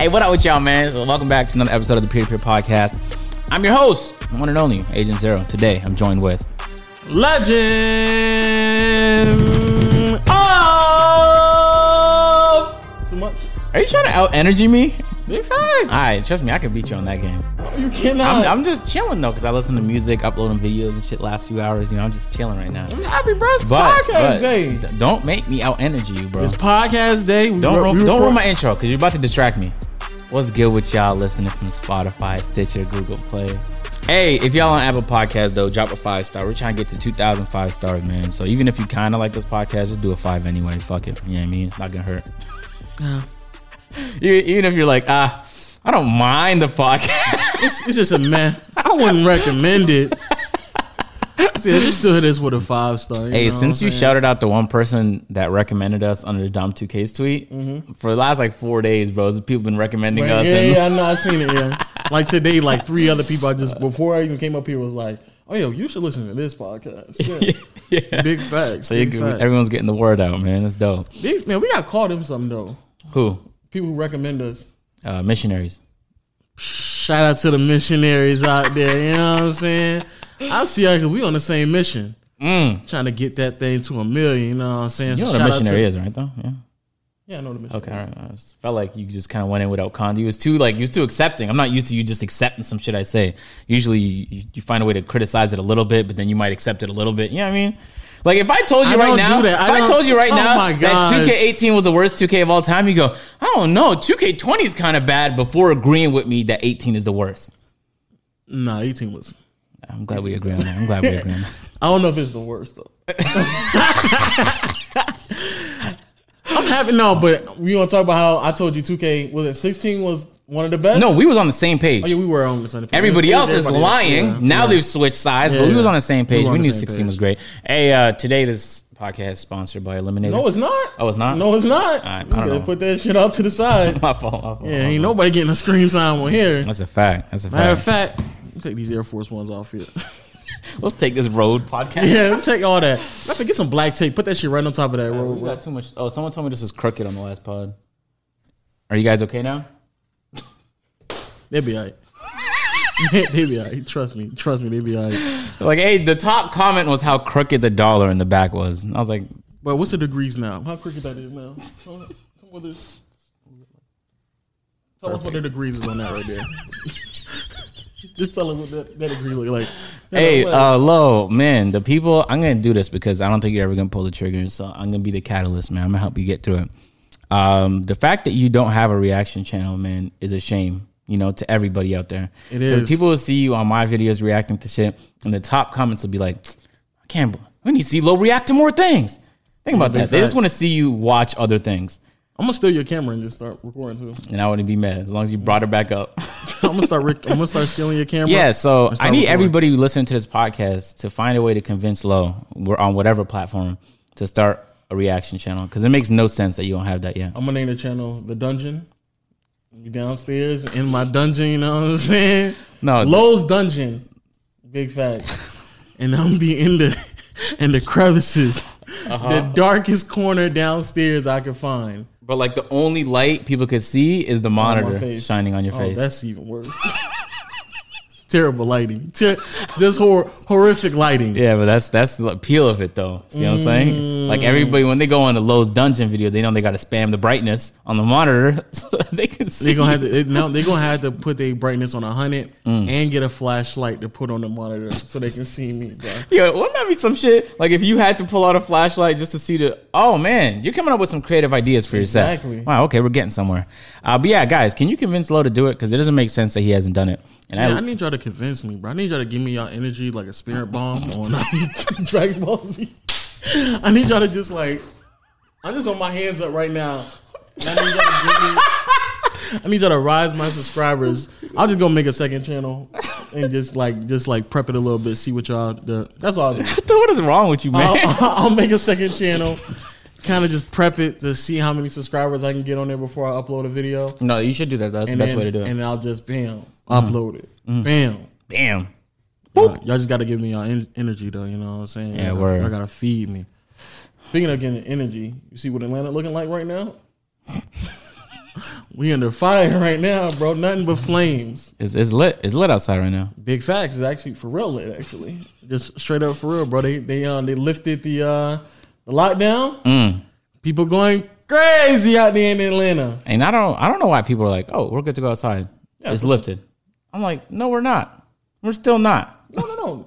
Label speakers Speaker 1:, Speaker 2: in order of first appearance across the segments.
Speaker 1: Hey, what up with y'all, man? So welcome back to another episode of the Peer to Peer Podcast. I'm your host, one and only Agent Zero. Today, I'm joined with
Speaker 2: Legend of too much.
Speaker 1: Are you trying to out energy me?
Speaker 2: Big facts.
Speaker 1: All right, trust me, I could beat you on that game.
Speaker 2: you
Speaker 1: I'm,
Speaker 2: cannot.
Speaker 1: I'm just chilling though, cause I listen to music, uploading videos and shit last few hours. You know, I'm just chilling right now.
Speaker 2: happy breast
Speaker 1: But, but
Speaker 2: podcast day.
Speaker 1: d- don't make me out energy you, bro.
Speaker 2: It's podcast day. We
Speaker 1: Don't
Speaker 2: re-
Speaker 1: ru-
Speaker 2: we
Speaker 1: don't
Speaker 2: record-
Speaker 1: ruin my intro, cause you're about to distract me. What's good with y'all listening from Spotify, Stitcher, Google Play? Hey, if y'all on Apple Podcasts though, drop a five star. We're trying to get to 2,000 five stars, man. So even if you kind of like this podcast, just do a five anyway. Fuck it. You know what I mean? It's not gonna hurt. E- Even if you're like, ah, I don't mind the podcast.
Speaker 2: It's, it's just a man. I wouldn't recommend it. See, I just stood this with a five star.
Speaker 1: Hey, since you shouted out the one person that recommended us under the Dom 2K's tweet for the last like four days, bro, people been recommending
Speaker 2: Mm-hmm. yeah,
Speaker 1: us.
Speaker 2: yeah,
Speaker 1: and-
Speaker 2: yeah, I know. I seen it. Yeah, like today, like three other people. I
Speaker 1: Uh,
Speaker 2: just before I even came up here was like, oh yo, you should listen to this podcast. Yeah.
Speaker 1: yeah.
Speaker 2: Big facts.
Speaker 1: So you
Speaker 2: big
Speaker 1: can-
Speaker 2: facts.
Speaker 1: everyone's getting the word out, man. That's dope.
Speaker 2: These- man, we got called them something though.
Speaker 1: Who?
Speaker 2: People who recommend us.
Speaker 1: Uh, missionaries.
Speaker 2: Shout out to the missionaries out there. You know what I'm saying? I see y'all 'cause we on the same mission,
Speaker 1: Mm.
Speaker 2: trying to get that thing to a million. You know what I'm saying?
Speaker 1: You know
Speaker 2: So
Speaker 1: what a
Speaker 2: shout out
Speaker 1: missionary
Speaker 2: to,
Speaker 1: is, right? Though, yeah.
Speaker 2: Yeah, I know the missionary.
Speaker 1: Okay, all right. I just felt like you just kind of went in without con. You was too like you was too accepting. I'm not used to you just accepting some shit I say. Usually, you, you- you find a way to criticize it a little bit, but then you might accept it a little bit. You know what I mean? Like if I told you
Speaker 2: I
Speaker 1: right
Speaker 2: don't
Speaker 1: now,
Speaker 2: do that. I
Speaker 1: if I
Speaker 2: don't-
Speaker 1: told you right
Speaker 2: Oh
Speaker 1: now
Speaker 2: my
Speaker 1: that
Speaker 2: God.
Speaker 1: 2K18 was the worst 2K of all time, you go, I don't know. 2K20 is kind of bad. Before agreeing with me that 18 is the worst.
Speaker 2: Nah, 18 was.
Speaker 1: I'm glad we agree on that. I'm glad we agree on that.
Speaker 2: I don't know if it's the worst though. I'm happy. No, but we want to talk about how I told you 2K was it 16 was one of the best.
Speaker 1: No, we was on the same page.
Speaker 2: Oh, yeah, we were on the same page.
Speaker 1: Everybody else is
Speaker 2: Everybody
Speaker 1: lying.
Speaker 2: yeah,
Speaker 1: now
Speaker 2: yeah.
Speaker 1: they've switched sides, but
Speaker 2: Yeah,
Speaker 1: we was
Speaker 2: yeah.
Speaker 1: on the same page.
Speaker 2: We
Speaker 1: We,
Speaker 2: were on the
Speaker 1: knew
Speaker 2: same
Speaker 1: 16
Speaker 2: page.
Speaker 1: was great. Hey, uh, today this podcast is sponsored by Eliminator.
Speaker 2: No, it's not.
Speaker 1: Oh, it's not?
Speaker 2: No, it's not.
Speaker 1: I- I
Speaker 2: You
Speaker 1: don't
Speaker 2: gotta
Speaker 1: know.
Speaker 2: Put that shit out to the side.
Speaker 1: my fault. my fault,
Speaker 2: Yeah,
Speaker 1: my
Speaker 2: ain't
Speaker 1: fault.
Speaker 2: nobody getting a screen time on here.
Speaker 1: That's a fact. That's a
Speaker 2: Matter
Speaker 1: fact.
Speaker 2: of fact, let me take these Air Force Ones off here.
Speaker 1: Let's take this road podcast.
Speaker 2: yeah, let's take all that. Let's get some black tape. Put that shit right on top of that road.
Speaker 1: We got too much. Oh, someone told me this was crooked on the last pod. Are you guys okay now?
Speaker 2: They be alright. they be alright. Trust me. Trust me. They be alright.
Speaker 1: Like, hey, the top comment was how crooked the dollar in the back was. And I was like,
Speaker 2: But what's the degrees now? How crooked that is now? Tell us what the degrees is on that right there. Just tell us what that, that degree look like.
Speaker 1: hey, uh, low, man, the people, I'm going to do this because I don't think you're ever going to pull the trigger. So I'm going to be the catalyst, man. I'm going to help you get through it. Um, the fact that you don't have a reaction channel, man, is a shame, you know, to everybody out there.
Speaker 2: It
Speaker 1: 'Cause
Speaker 2: is.
Speaker 1: People will see you on my videos reacting to shit, and the top comments will be like, I can't, bel- we need to see Low react to more things. Think about
Speaker 2: big
Speaker 1: that. They just
Speaker 2: facts.
Speaker 1: want to see you watch other things.
Speaker 2: I'm gonna steal your camera and just start recording too.
Speaker 1: And I wouldn't be mad as long as you brought it back up.
Speaker 2: I'm gonna start. Rick, I'm gonna start stealing your camera.
Speaker 1: Yeah, so
Speaker 2: Let's
Speaker 1: I
Speaker 2: start
Speaker 1: need
Speaker 2: recording.
Speaker 1: everybody who listening to this podcast to find a way to convince Lo we're on whatever platform to start a reaction channel because it makes no sense that you don't have that yet.
Speaker 2: I'm gonna name the channel The Dungeon. You downstairs in my dungeon, you know what I'm saying?
Speaker 1: No,
Speaker 2: Lowe's Dungeon. Big facts. and I'm be in the in the crevices.
Speaker 1: Uh-huh.
Speaker 2: The darkest corner downstairs I could find.
Speaker 1: but like the only light people could see is the
Speaker 2: on my
Speaker 1: monitor
Speaker 2: face.
Speaker 1: shining on your
Speaker 2: oh,
Speaker 1: face.
Speaker 2: That's even worse. Terrible lighting. Ter- just hor- horrific lighting.
Speaker 1: yeah, but that's that's the appeal of it though. You know what I'm
Speaker 2: Mm.
Speaker 1: saying? Like everybody when they go on the Lowe's Dungeon video, they know they got to spam the brightness on the monitor so that they can see.
Speaker 2: They're gonna have to they, now. They're gonna have to put their brightness on hundred
Speaker 1: Mm.
Speaker 2: and get a flashlight to put on the monitor so they can see me. Bro.
Speaker 1: Yo, wouldn't that be some shit? Like if you had to pull out a flashlight just to see the oh man, you're coming up with some creative ideas for yourself.
Speaker 2: Exactly.
Speaker 1: Wow, okay, we're getting somewhere. Uh, but yeah, guys, can you convince Lo to do it? Because it doesn't make sense that he hasn't done it. And
Speaker 2: Yeah,
Speaker 1: I,
Speaker 2: I need y'all to convince me, bro. I need y'all to give me y'all energy like a spirit bomb on Dragon Ball Z. I need y'all to just like, I'm just on my hands up right now. And I need y'all to give me. I need y'all to rise my subscribers. I'll just go make a second channel and just like just like prep it a little bit, see what y'all do. That's all I'll do.
Speaker 1: what is wrong with you, man?
Speaker 2: I'll, I'll make a second channel, kind of just prep it to see how many subscribers I can get on there before I upload a video.
Speaker 1: no, you should do that. That's the
Speaker 2: And
Speaker 1: best
Speaker 2: then,
Speaker 1: way to do it. Mm.
Speaker 2: And then I'll just bam, upload it. Bam.
Speaker 1: Bam.
Speaker 2: Y'all, y'all just got to give me y'all en- energy, though. You know what I'm saying?
Speaker 1: Yeah,
Speaker 2: y'all,
Speaker 1: word.
Speaker 2: Y'all got to feed me. Speaking of getting energy, you see what Atlanta looking like right now? We under fire right now, bro. Nothing but flames.
Speaker 1: It's, it's lit. It's lit outside right now.
Speaker 2: Big facts is actually for real lit, actually. Just straight up for real, bro. They they uh they lifted the uh the lockdown.
Speaker 1: Mm.
Speaker 2: People going crazy out there in Atlanta.
Speaker 1: And I don't I don't know why people are like, oh, we're good to go outside. it's lifted. I'm like, no, we're not. We're still not.
Speaker 2: No, no, no.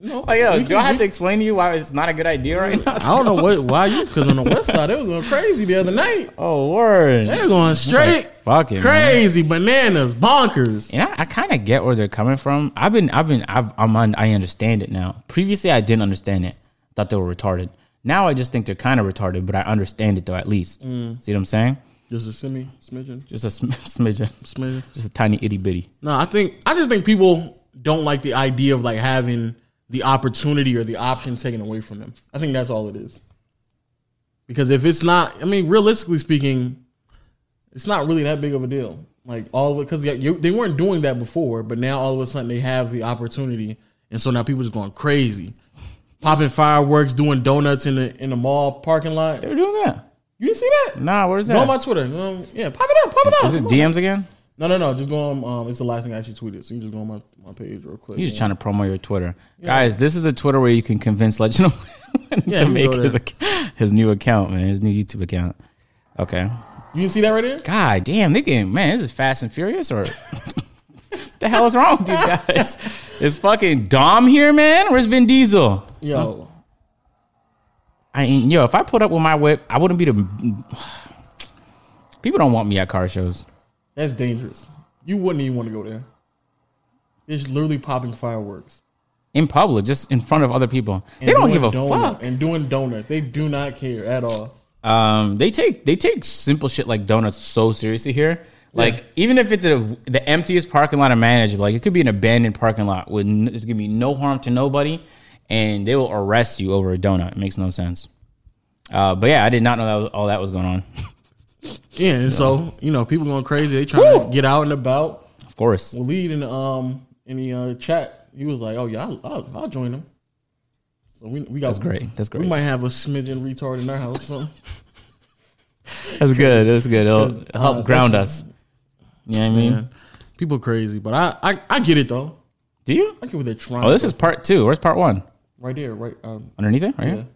Speaker 2: No,
Speaker 1: Like, yo,
Speaker 2: we
Speaker 1: Oh, do
Speaker 2: can-
Speaker 1: I have
Speaker 2: we-
Speaker 1: to explain to you why it's not a good idea right now?
Speaker 2: I don't know what why you because on the west side they were going crazy the other night.
Speaker 1: Oh word.
Speaker 2: They were going straight
Speaker 1: Fuck it. man.
Speaker 2: crazy bananas bonkers.
Speaker 1: And I, I kind of get where they're coming from. I've been, I've been, I've, I'm on, I understand it now. Previously, I didn't understand it. Thought they were retarded. Now I just think they're kind of retarded, but I understand it though, at least.
Speaker 2: Mm.
Speaker 1: See what I'm saying?
Speaker 2: Just a semi smidgen,
Speaker 1: Just a sm- smidgen,
Speaker 2: smidgen.
Speaker 1: just a tiny itty bitty.
Speaker 2: No, I think I just think people don't like the idea of like having the opportunity or the option taken away from them. I think that's all it is. Because if it's not, I mean, realistically speaking, it's not really that big of a deal. Like all of it, because they weren't doing that before, but now all of a sudden they have the opportunity, and so now people just going crazy, popping fireworks, doing donuts in the in the mall parking lot.
Speaker 1: They're doing that.
Speaker 2: You didn't see that?
Speaker 1: Nah, where's
Speaker 2: Go on
Speaker 1: that?
Speaker 2: my Twitter. Um, yeah, pop it up, pop it up.
Speaker 1: Is it
Speaker 2: Come on.
Speaker 1: DMs again?
Speaker 2: No, no, no. Just go on. Um, it's the last thing I actually tweeted. So you can just go on my, my page real quick.
Speaker 1: You're just trying to promo your Twitter, guys. This is the Twitter where you can convince Legend of
Speaker 2: Yeah,
Speaker 1: to
Speaker 2: you
Speaker 1: make
Speaker 2: go
Speaker 1: his
Speaker 2: there.
Speaker 1: ac- his new account, man, his new YouTube account. Okay.
Speaker 2: You can see that right there?
Speaker 1: God damn, they getting man, this is Fast and Furious or the hell is wrong with these guys? Is fucking Dom here, man? Where's Vin Diesel?
Speaker 2: Yo.
Speaker 1: I ain't yo, if I put up with my whip, I wouldn't be the people don't want me at car shows.
Speaker 2: That's dangerous. You wouldn't even want to go there. It's literally popping fireworks.
Speaker 1: In public, just in front of other people.
Speaker 2: And
Speaker 1: they don't
Speaker 2: doing
Speaker 1: give a
Speaker 2: donut-
Speaker 1: fuck.
Speaker 2: And doing donuts. They do not care at all.
Speaker 1: Um they take they take simple shit like donuts so seriously here. Like even if it's a, the emptiest parking lot imaginable, like it could be an abandoned parking lot with n- there's gonna be no harm to nobody, and they will arrest you over a donut. It makes no sense. Uh, but yeah, I did not know that was, all that was going on.
Speaker 2: Yeah, and so, you know, people going crazy. They trying to get out and about.
Speaker 1: Of course,
Speaker 2: Waleed in the um in the uh, chat, he was like, Oh yeah, I'll, I'll, I'll join them. So we we got
Speaker 1: that's great. That's
Speaker 2: We
Speaker 1: great.
Speaker 2: might have a smidgen retard in our house. So.
Speaker 1: That's good. That's good. It'll
Speaker 2: 'Cause, uh,
Speaker 1: help ground us. You know what I mean?
Speaker 2: People crazy, but I, I I get it though.
Speaker 1: Do you?
Speaker 2: I get what they're trying.
Speaker 1: Oh, this is part two. Where's part one?
Speaker 2: right there, right. Um,
Speaker 1: Underneath it, right?
Speaker 2: Yeah.
Speaker 1: here?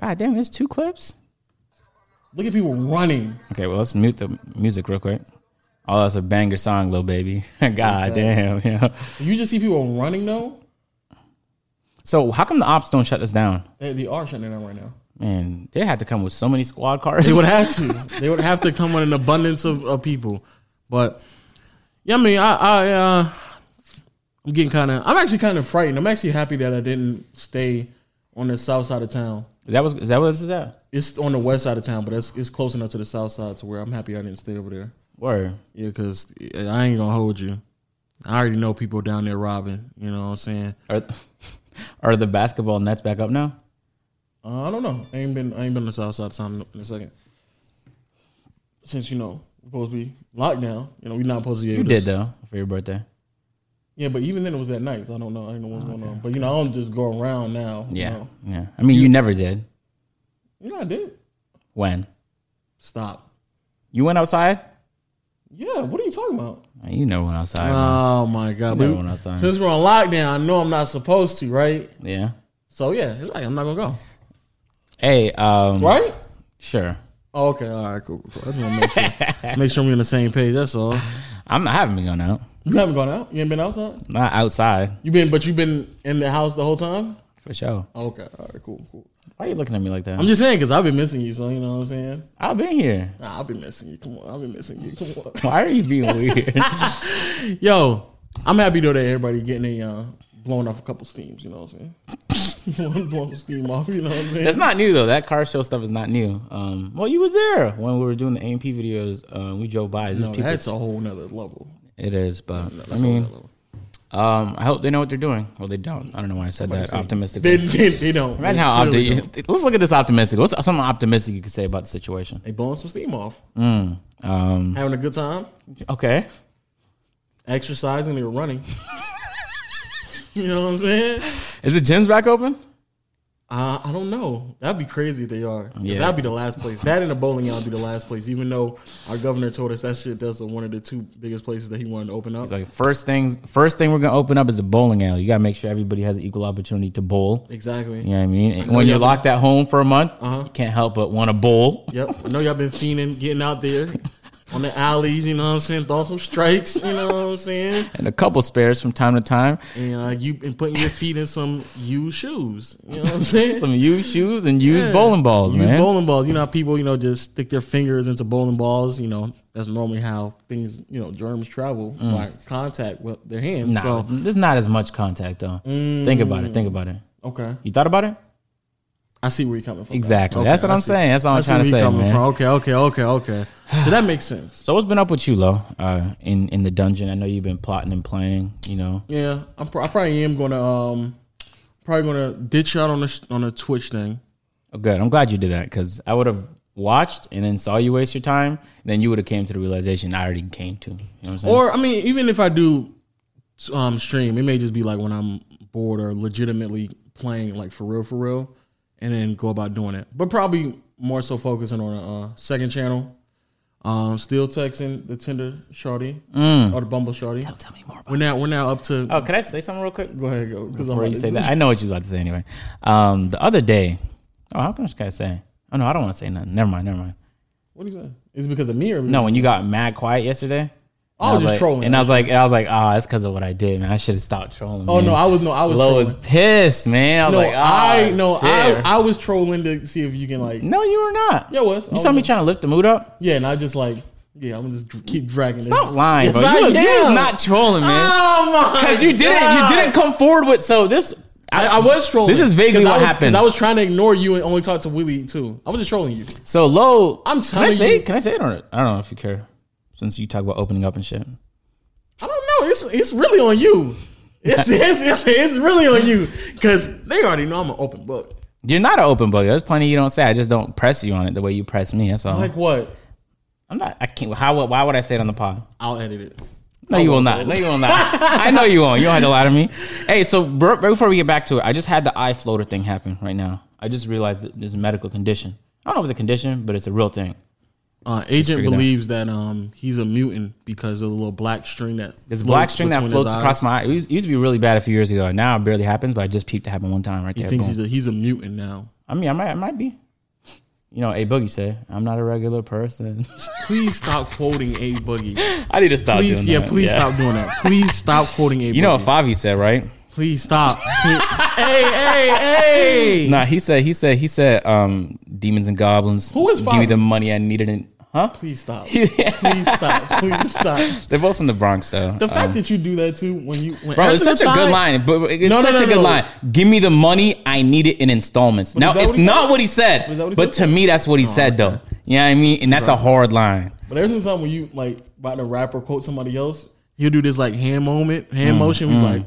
Speaker 1: God damn, there's two clips.
Speaker 2: look at people running.
Speaker 1: Okay, well, let's mute the music real quick. Oh, that's a banger song, little baby. God damn, yeah.
Speaker 2: You just see people running though.
Speaker 1: So, how come the ops don't shut this down?
Speaker 2: They, they are shutting it down right now.
Speaker 1: Man, they had to come with so many squad cars.
Speaker 2: They would have to. they would have to come with an abundance of, of people. But yeah, I mean, I, I uh, I'm getting kind of. I'm actually kind of frightened. I'm actually happy that I didn't stay on the south side of town.
Speaker 1: Is that was is that what this is at?
Speaker 2: It's on the west side of town, but it's it's close enough to the south side to where I'm happy I didn't stay over there.
Speaker 1: Word.
Speaker 2: Yeah, because I ain't gonna hold you. I already know people down there robbing. You know what I'm saying?
Speaker 1: Are are the basketball nets back up now?
Speaker 2: Uh, I don't know. I ain't been I ain't been on the south side of town in a second. Since you know we're supposed to be locked down, you know we're not supposed to. Be
Speaker 1: You did though for your birthday.
Speaker 2: Yeah, but even then it was at night. So I don't know. I don't know what's going on. But you know I don't just go around now.
Speaker 1: Oh,
Speaker 2: you
Speaker 1: Yeah,
Speaker 2: know.
Speaker 1: yeah. I mean, you never did.
Speaker 2: You know I did.
Speaker 1: When
Speaker 2: Stop.
Speaker 1: you went outside,
Speaker 2: Yeah. What are you talking about?
Speaker 1: you never went outside. man.
Speaker 2: Oh my god.
Speaker 1: never
Speaker 2: but
Speaker 1: went outside.
Speaker 2: Since we're on lockdown, I know I'm not supposed to, right?
Speaker 1: yeah.
Speaker 2: So yeah, it's like I'm not gonna go.
Speaker 1: Hey, um,
Speaker 2: Right?
Speaker 1: Sure.
Speaker 2: Oh, okay. All right. Cool. cool. I just want to make sure make sure we're on the same page. That's all.
Speaker 1: I'm not having me going out.
Speaker 2: You haven't gone out. You ain't been outside.
Speaker 1: Not outside
Speaker 2: You been, but you've been in the house the whole time.
Speaker 1: for sure.
Speaker 2: Oh, Okay. All right. Cool. Cool.
Speaker 1: Why are you looking at me like that?
Speaker 2: I'm just saying because I've been missing you. So you know what I'm saying.
Speaker 1: I've been here.
Speaker 2: Nah, I've been missing you. Come on. I've been missing you. Come
Speaker 1: Why are you being weird?
Speaker 2: on. Yo, I'm happy though that everybody getting a uh, blowing off a couple steams. You know what I'm saying. One blowing some steam off. You know what I'm saying.
Speaker 1: That's not new though. That car show stuff is not new. Um, well, you was there when we were doing the AMP videos. Uh, we drove by. There's
Speaker 2: No,
Speaker 1: people-
Speaker 2: that's a whole nother level.
Speaker 1: it is, but I
Speaker 2: That's a whole
Speaker 1: mean,
Speaker 2: nother level.
Speaker 1: um, I hope they know what they're doing. Well, they don't. I don't know why I said that optimistically.
Speaker 2: They, they, they don't.
Speaker 1: Imagine
Speaker 2: They
Speaker 1: how
Speaker 2: clearly don't.
Speaker 1: opti- Let's look at this optimistic. What's something optimistic you could say about the situation?
Speaker 2: They blowing some steam off,
Speaker 1: Um,
Speaker 2: having a good time.
Speaker 1: okay.
Speaker 2: exercising, they were running. you know what I'm saying?
Speaker 1: Is the gyms back open?
Speaker 2: Uh, I don't know. That'd be crazy if they are. 'Cause
Speaker 1: Yeah.
Speaker 2: That'd be the last place. That and the bowling alley would be the last place. Even though our governor told us that shit, that's one of the two biggest places that he wanted to open up.
Speaker 1: It's like first things first thing we're gonna open up is the bowling alley. You gotta make sure everybody has an equal opportunity to bowl.
Speaker 2: exactly.
Speaker 1: You know what I mean? And when
Speaker 2: yeah,
Speaker 1: you're
Speaker 2: but-
Speaker 1: locked at home for a month,
Speaker 2: Uh-huh.
Speaker 1: you can't help but want to bowl.
Speaker 2: Yep. I know y'all been fiending, getting out there on the alleys. You know what I'm saying? Throw some strikes. You know what I'm saying?
Speaker 1: And a couple spares from time to time.
Speaker 2: And uh, you been putting your feet in some used shoes. You know what I'm saying?
Speaker 1: Some used shoes and used
Speaker 2: Yeah.
Speaker 1: bowling balls,
Speaker 2: Use
Speaker 1: man.
Speaker 2: bowling balls. You know how people, you know, just stick their fingers into bowling balls. You know, that's normally how things, you know, germs travel by contact with their hands.
Speaker 1: Mm. nah,
Speaker 2: So,
Speaker 1: there's not as much contact though. Think about it. Think about it.
Speaker 2: okay.
Speaker 1: You thought about it?
Speaker 2: I see where you're coming from.
Speaker 1: Exactly.
Speaker 2: Okay,
Speaker 1: That's what
Speaker 2: I
Speaker 1: I'm
Speaker 2: see-
Speaker 1: saying. That's all
Speaker 2: I
Speaker 1: I'm
Speaker 2: see
Speaker 1: trying to
Speaker 2: where you're
Speaker 1: say,
Speaker 2: coming
Speaker 1: man.
Speaker 2: from. Okay, okay, okay, okay. So that makes sense.
Speaker 1: So what's been up with you, Lo? Uh, in in the dungeon, I know you've been plotting and planning. You know,
Speaker 2: Yeah, I'm pro- I probably am going to, um, probably going to ditch out on the, sh- on the Twitch thing.
Speaker 1: oh, good. I'm glad you did that because I would have watched and then saw you waste your time. then you would have came to the realization I already came to. You know what I'm saying?
Speaker 2: Or, I mean, even if I do um, stream, it may just be like when I'm bored or legitimately playing, like for real, for real, and then go about doing it. But probably more so focusing on a uh, second channel. Um, still texting the Tinder shorty
Speaker 1: Mm.
Speaker 2: or the Bumble shorty.
Speaker 1: Oh, tell me more about.
Speaker 2: We're now we're now up to.
Speaker 1: Oh, can I say something real quick
Speaker 2: Go ahead, go. 'cause I'm
Speaker 1: before
Speaker 2: about
Speaker 1: you
Speaker 2: to-
Speaker 1: say that? I know what you was about to say anyway. Um, the other day, oh, how much can I say? Oh no, I don't want to say nothing. Never mind. Never mind.
Speaker 2: What do you say? Is it because of me or
Speaker 1: No, when you got mad quiet yesterday.
Speaker 2: I was just
Speaker 1: like,
Speaker 2: trolling.
Speaker 1: and I was like, I was like, ah, that's because of what I did, man. I should have stopped trolling.
Speaker 2: Oh no, I was no, I was
Speaker 1: Lo
Speaker 2: trolling.
Speaker 1: was pissed, man. I was
Speaker 2: no,
Speaker 1: like,
Speaker 2: I
Speaker 1: ah,
Speaker 2: no,
Speaker 1: shit.
Speaker 2: I, I was trolling to see if you can like.
Speaker 1: No, you were not.
Speaker 2: Yeah, I was. I
Speaker 1: You
Speaker 2: was
Speaker 1: saw me
Speaker 2: like-
Speaker 1: trying to lift the mood up.
Speaker 2: Yeah, and I just like. Yeah, I'm gonna just dr- keep dragging.
Speaker 1: Stop
Speaker 2: this.
Speaker 1: lying,
Speaker 2: Yes,
Speaker 1: bro. You
Speaker 2: I
Speaker 1: was, you was
Speaker 2: am.
Speaker 1: not trolling, man.
Speaker 2: Oh my!
Speaker 1: Because you didn't,
Speaker 2: God.
Speaker 1: you didn't come forward with. So this,
Speaker 2: I, I was trolling.
Speaker 1: This is vaguely
Speaker 2: 'Cause I
Speaker 1: what
Speaker 2: was-
Speaker 1: happened.
Speaker 2: 'cause I was trying to ignore you and only talk to Willie too. I was just trolling you.
Speaker 1: so low.
Speaker 2: I'm
Speaker 1: can I
Speaker 2: telling
Speaker 1: say,
Speaker 2: you.
Speaker 1: Can I say it or I don't know if you care, since you talk about opening up and shit.
Speaker 2: I don't know. It's it's really on you. It's it's it's, it's really on you because they already know I'm an open book.
Speaker 1: You're not an open book. There's plenty you don't say. I just don't press you on it the way you press me. That's all.
Speaker 2: Like what?
Speaker 1: I'm not. I can't. How? would- Why would I say it on the pod?
Speaker 2: I'll edit it.
Speaker 1: No, you will not. No, you will not. I know you won't. You don't have to lie to me. Hey, so br- right before we get back to it, I just had the eye floater thing happen right now. I just realized that there's a medical condition. I don't know if it's a condition, but it's a real thing.
Speaker 2: Uh, Agent
Speaker 1: figure it out.
Speaker 2: believes that um he's a mutant because of the little black string that
Speaker 1: This
Speaker 2: floats
Speaker 1: black string that
Speaker 2: between his
Speaker 1: floats
Speaker 2: eyes.
Speaker 1: across my eye. It used, it used to be really bad a few years ago. Now it barely happens, but I just peeped it happen one time right
Speaker 2: He
Speaker 1: there.
Speaker 2: thinks
Speaker 1: boom.
Speaker 2: he's a he's a mutant now.
Speaker 1: I mean, I might, I might be. You know, a boogie said, "I'm not a regular person."
Speaker 2: Please stop quoting a boogie.
Speaker 1: I need to stop.
Speaker 2: Please,
Speaker 1: doing
Speaker 2: yeah,
Speaker 1: that.
Speaker 2: please stop doing that. Please stop quoting a.
Speaker 1: You know what Favi said, right?
Speaker 2: Please stop. Please- hey, hey, hey.
Speaker 1: Nah, he said, he said, he said, um, demons and goblins.
Speaker 2: Who is
Speaker 1: Give me
Speaker 2: Favi?
Speaker 1: the money I needed, and huh?
Speaker 2: Please stop. Please stop. Please stop.
Speaker 1: They're both from the Bronx, though. Uh,
Speaker 2: The fact that you do that too when you when
Speaker 1: Bro, it's
Speaker 2: every
Speaker 1: such a good
Speaker 2: time-
Speaker 1: line. But but it's
Speaker 2: No, no,
Speaker 1: such
Speaker 2: no,
Speaker 1: a good
Speaker 2: no.
Speaker 1: line. Give me the money. I need it in installments. now,
Speaker 2: that
Speaker 1: it's
Speaker 2: what he
Speaker 1: not
Speaker 2: said?
Speaker 1: what he said,
Speaker 2: Was that what he
Speaker 1: but
Speaker 2: said? Oh,
Speaker 1: to me, that's what he said, though. You know what I mean? And that's a hard line.
Speaker 2: But every time when you like about to rap or quote somebody else, he'll do this like hand moment,
Speaker 1: Mm,
Speaker 2: hand motion. He's like,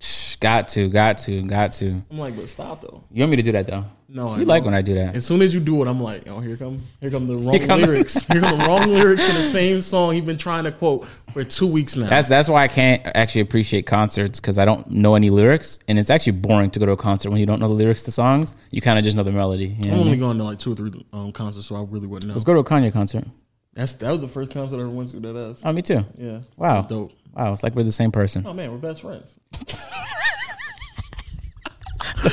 Speaker 1: Shh, Got to, got to, got to. You
Speaker 2: I'm like, but stop though.
Speaker 1: want me to do that, though?
Speaker 2: No, I
Speaker 1: You like
Speaker 2: don't.
Speaker 1: when I do that.
Speaker 2: As soon as you do it, I'm like, oh, here come, here come the wrong
Speaker 1: come the-
Speaker 2: lyrics. here come the wrong lyrics in the same song he's been trying to quote for two weeks now.
Speaker 1: That's that's why I can't actually appreciate concerts because I don't know any lyrics, and it's actually boring to go to a concert when you don't know the lyrics to songs. You kind of just know the melody. you know what
Speaker 2: I'm
Speaker 1: I mean?
Speaker 2: only going to like two or three um, concerts, so I really wouldn't know.
Speaker 1: Let's go to a Kanye concert.
Speaker 2: That's that was the first concert I ever went to. That ass.
Speaker 1: Oh, me too.
Speaker 2: Yeah.
Speaker 1: Wow.
Speaker 2: Dope.
Speaker 1: Wow, it's like we're the same person.
Speaker 2: Oh man, we're best friends.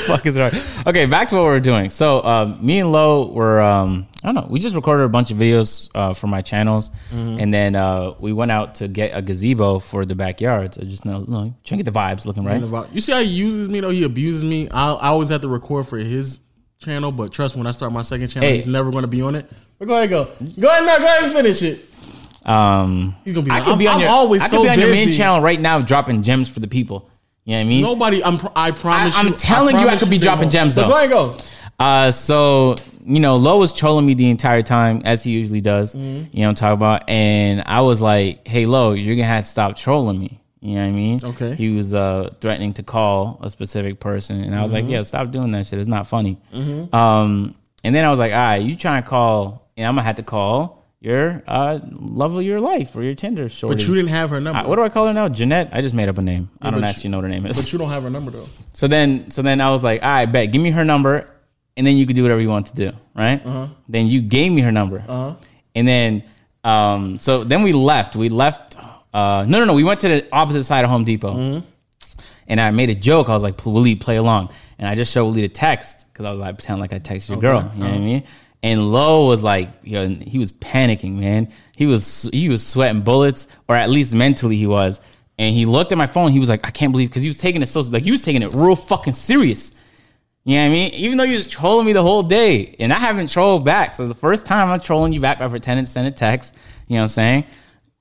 Speaker 1: fuck is wrong? Okay, back to what we were doing. So, um, me and Lo were, um, I don't know, we just recorded a bunch of videos uh, for my channels,
Speaker 2: Mm-hmm.
Speaker 1: and then uh, we went out to get a gazebo for the backyard. So just know, you know, trying to get the vibes looking right.
Speaker 2: And about- You see how he uses me though? He abuses me. I, I always have to record for his channel, but trust me, when I start my second channel,
Speaker 1: Hey.
Speaker 2: he's never going to be on it. But go ahead, go. Go ahead now. Go ahead and finish it.
Speaker 1: Um,
Speaker 2: He's Mm-hmm. gonna be.
Speaker 1: I
Speaker 2: Like,
Speaker 1: could
Speaker 2: I'm,
Speaker 1: be on
Speaker 2: I'm
Speaker 1: your,
Speaker 2: always
Speaker 1: I could
Speaker 2: so
Speaker 1: be on your
Speaker 2: busy.
Speaker 1: main channel right now, dropping gems for the people. You know what I mean?
Speaker 2: Nobody. I'm. pr- I promise.
Speaker 1: I- I'm
Speaker 2: you,
Speaker 1: telling you I
Speaker 2: promise
Speaker 1: could be
Speaker 2: they
Speaker 1: dropping
Speaker 2: won't.
Speaker 1: gems,
Speaker 2: But
Speaker 1: though.
Speaker 2: Go ahead, go.
Speaker 1: Uh, so you know, Lo was trolling me the entire time as he usually does.
Speaker 2: Mm-hmm.
Speaker 1: You know what I'm talking about, and I was like, "Hey, Lo, you're gonna have to stop trolling me." You know what I mean?
Speaker 2: Okay.
Speaker 1: He was uh, threatening to call a specific person, and I was
Speaker 2: Mm-hmm.
Speaker 1: like, "Yeah, stop doing that shit. It's not funny." Um, and then I was like, "All right, you trying to call, and I'm gonna have to call." your uh, love of your life or your Tinder shorty.
Speaker 2: But you didn't have her number.
Speaker 1: I- what do I call her now? Jeanette. I just made up a name. I don't
Speaker 2: but you-
Speaker 1: actually know what her name is.
Speaker 2: but you don't have her number though.
Speaker 1: So then, so then I was like, all right, bet, give me her number, and then you can do whatever you want to do, right? Then you gave me her number, and then, um, so then we left. We left. Uh, no, no, no. We went to the opposite side of Home Depot, and I made a joke. I was like, Waleed, play along, and I just showed Waleed a text because I was like, pretend like I texted your girl. You know what I mean? And Lo was like, yo, and he was panicking, man. He was he was sweating bullets, or at least mentally he was. And he looked at my phone. He was like, I can't believe because he was taking it so like he was taking it real fucking serious. You know what I mean? Even though you was trolling me the whole day, and I haven't trolled back. So the first time I'm trolling you back by pretending to send a text, you know what I'm saying?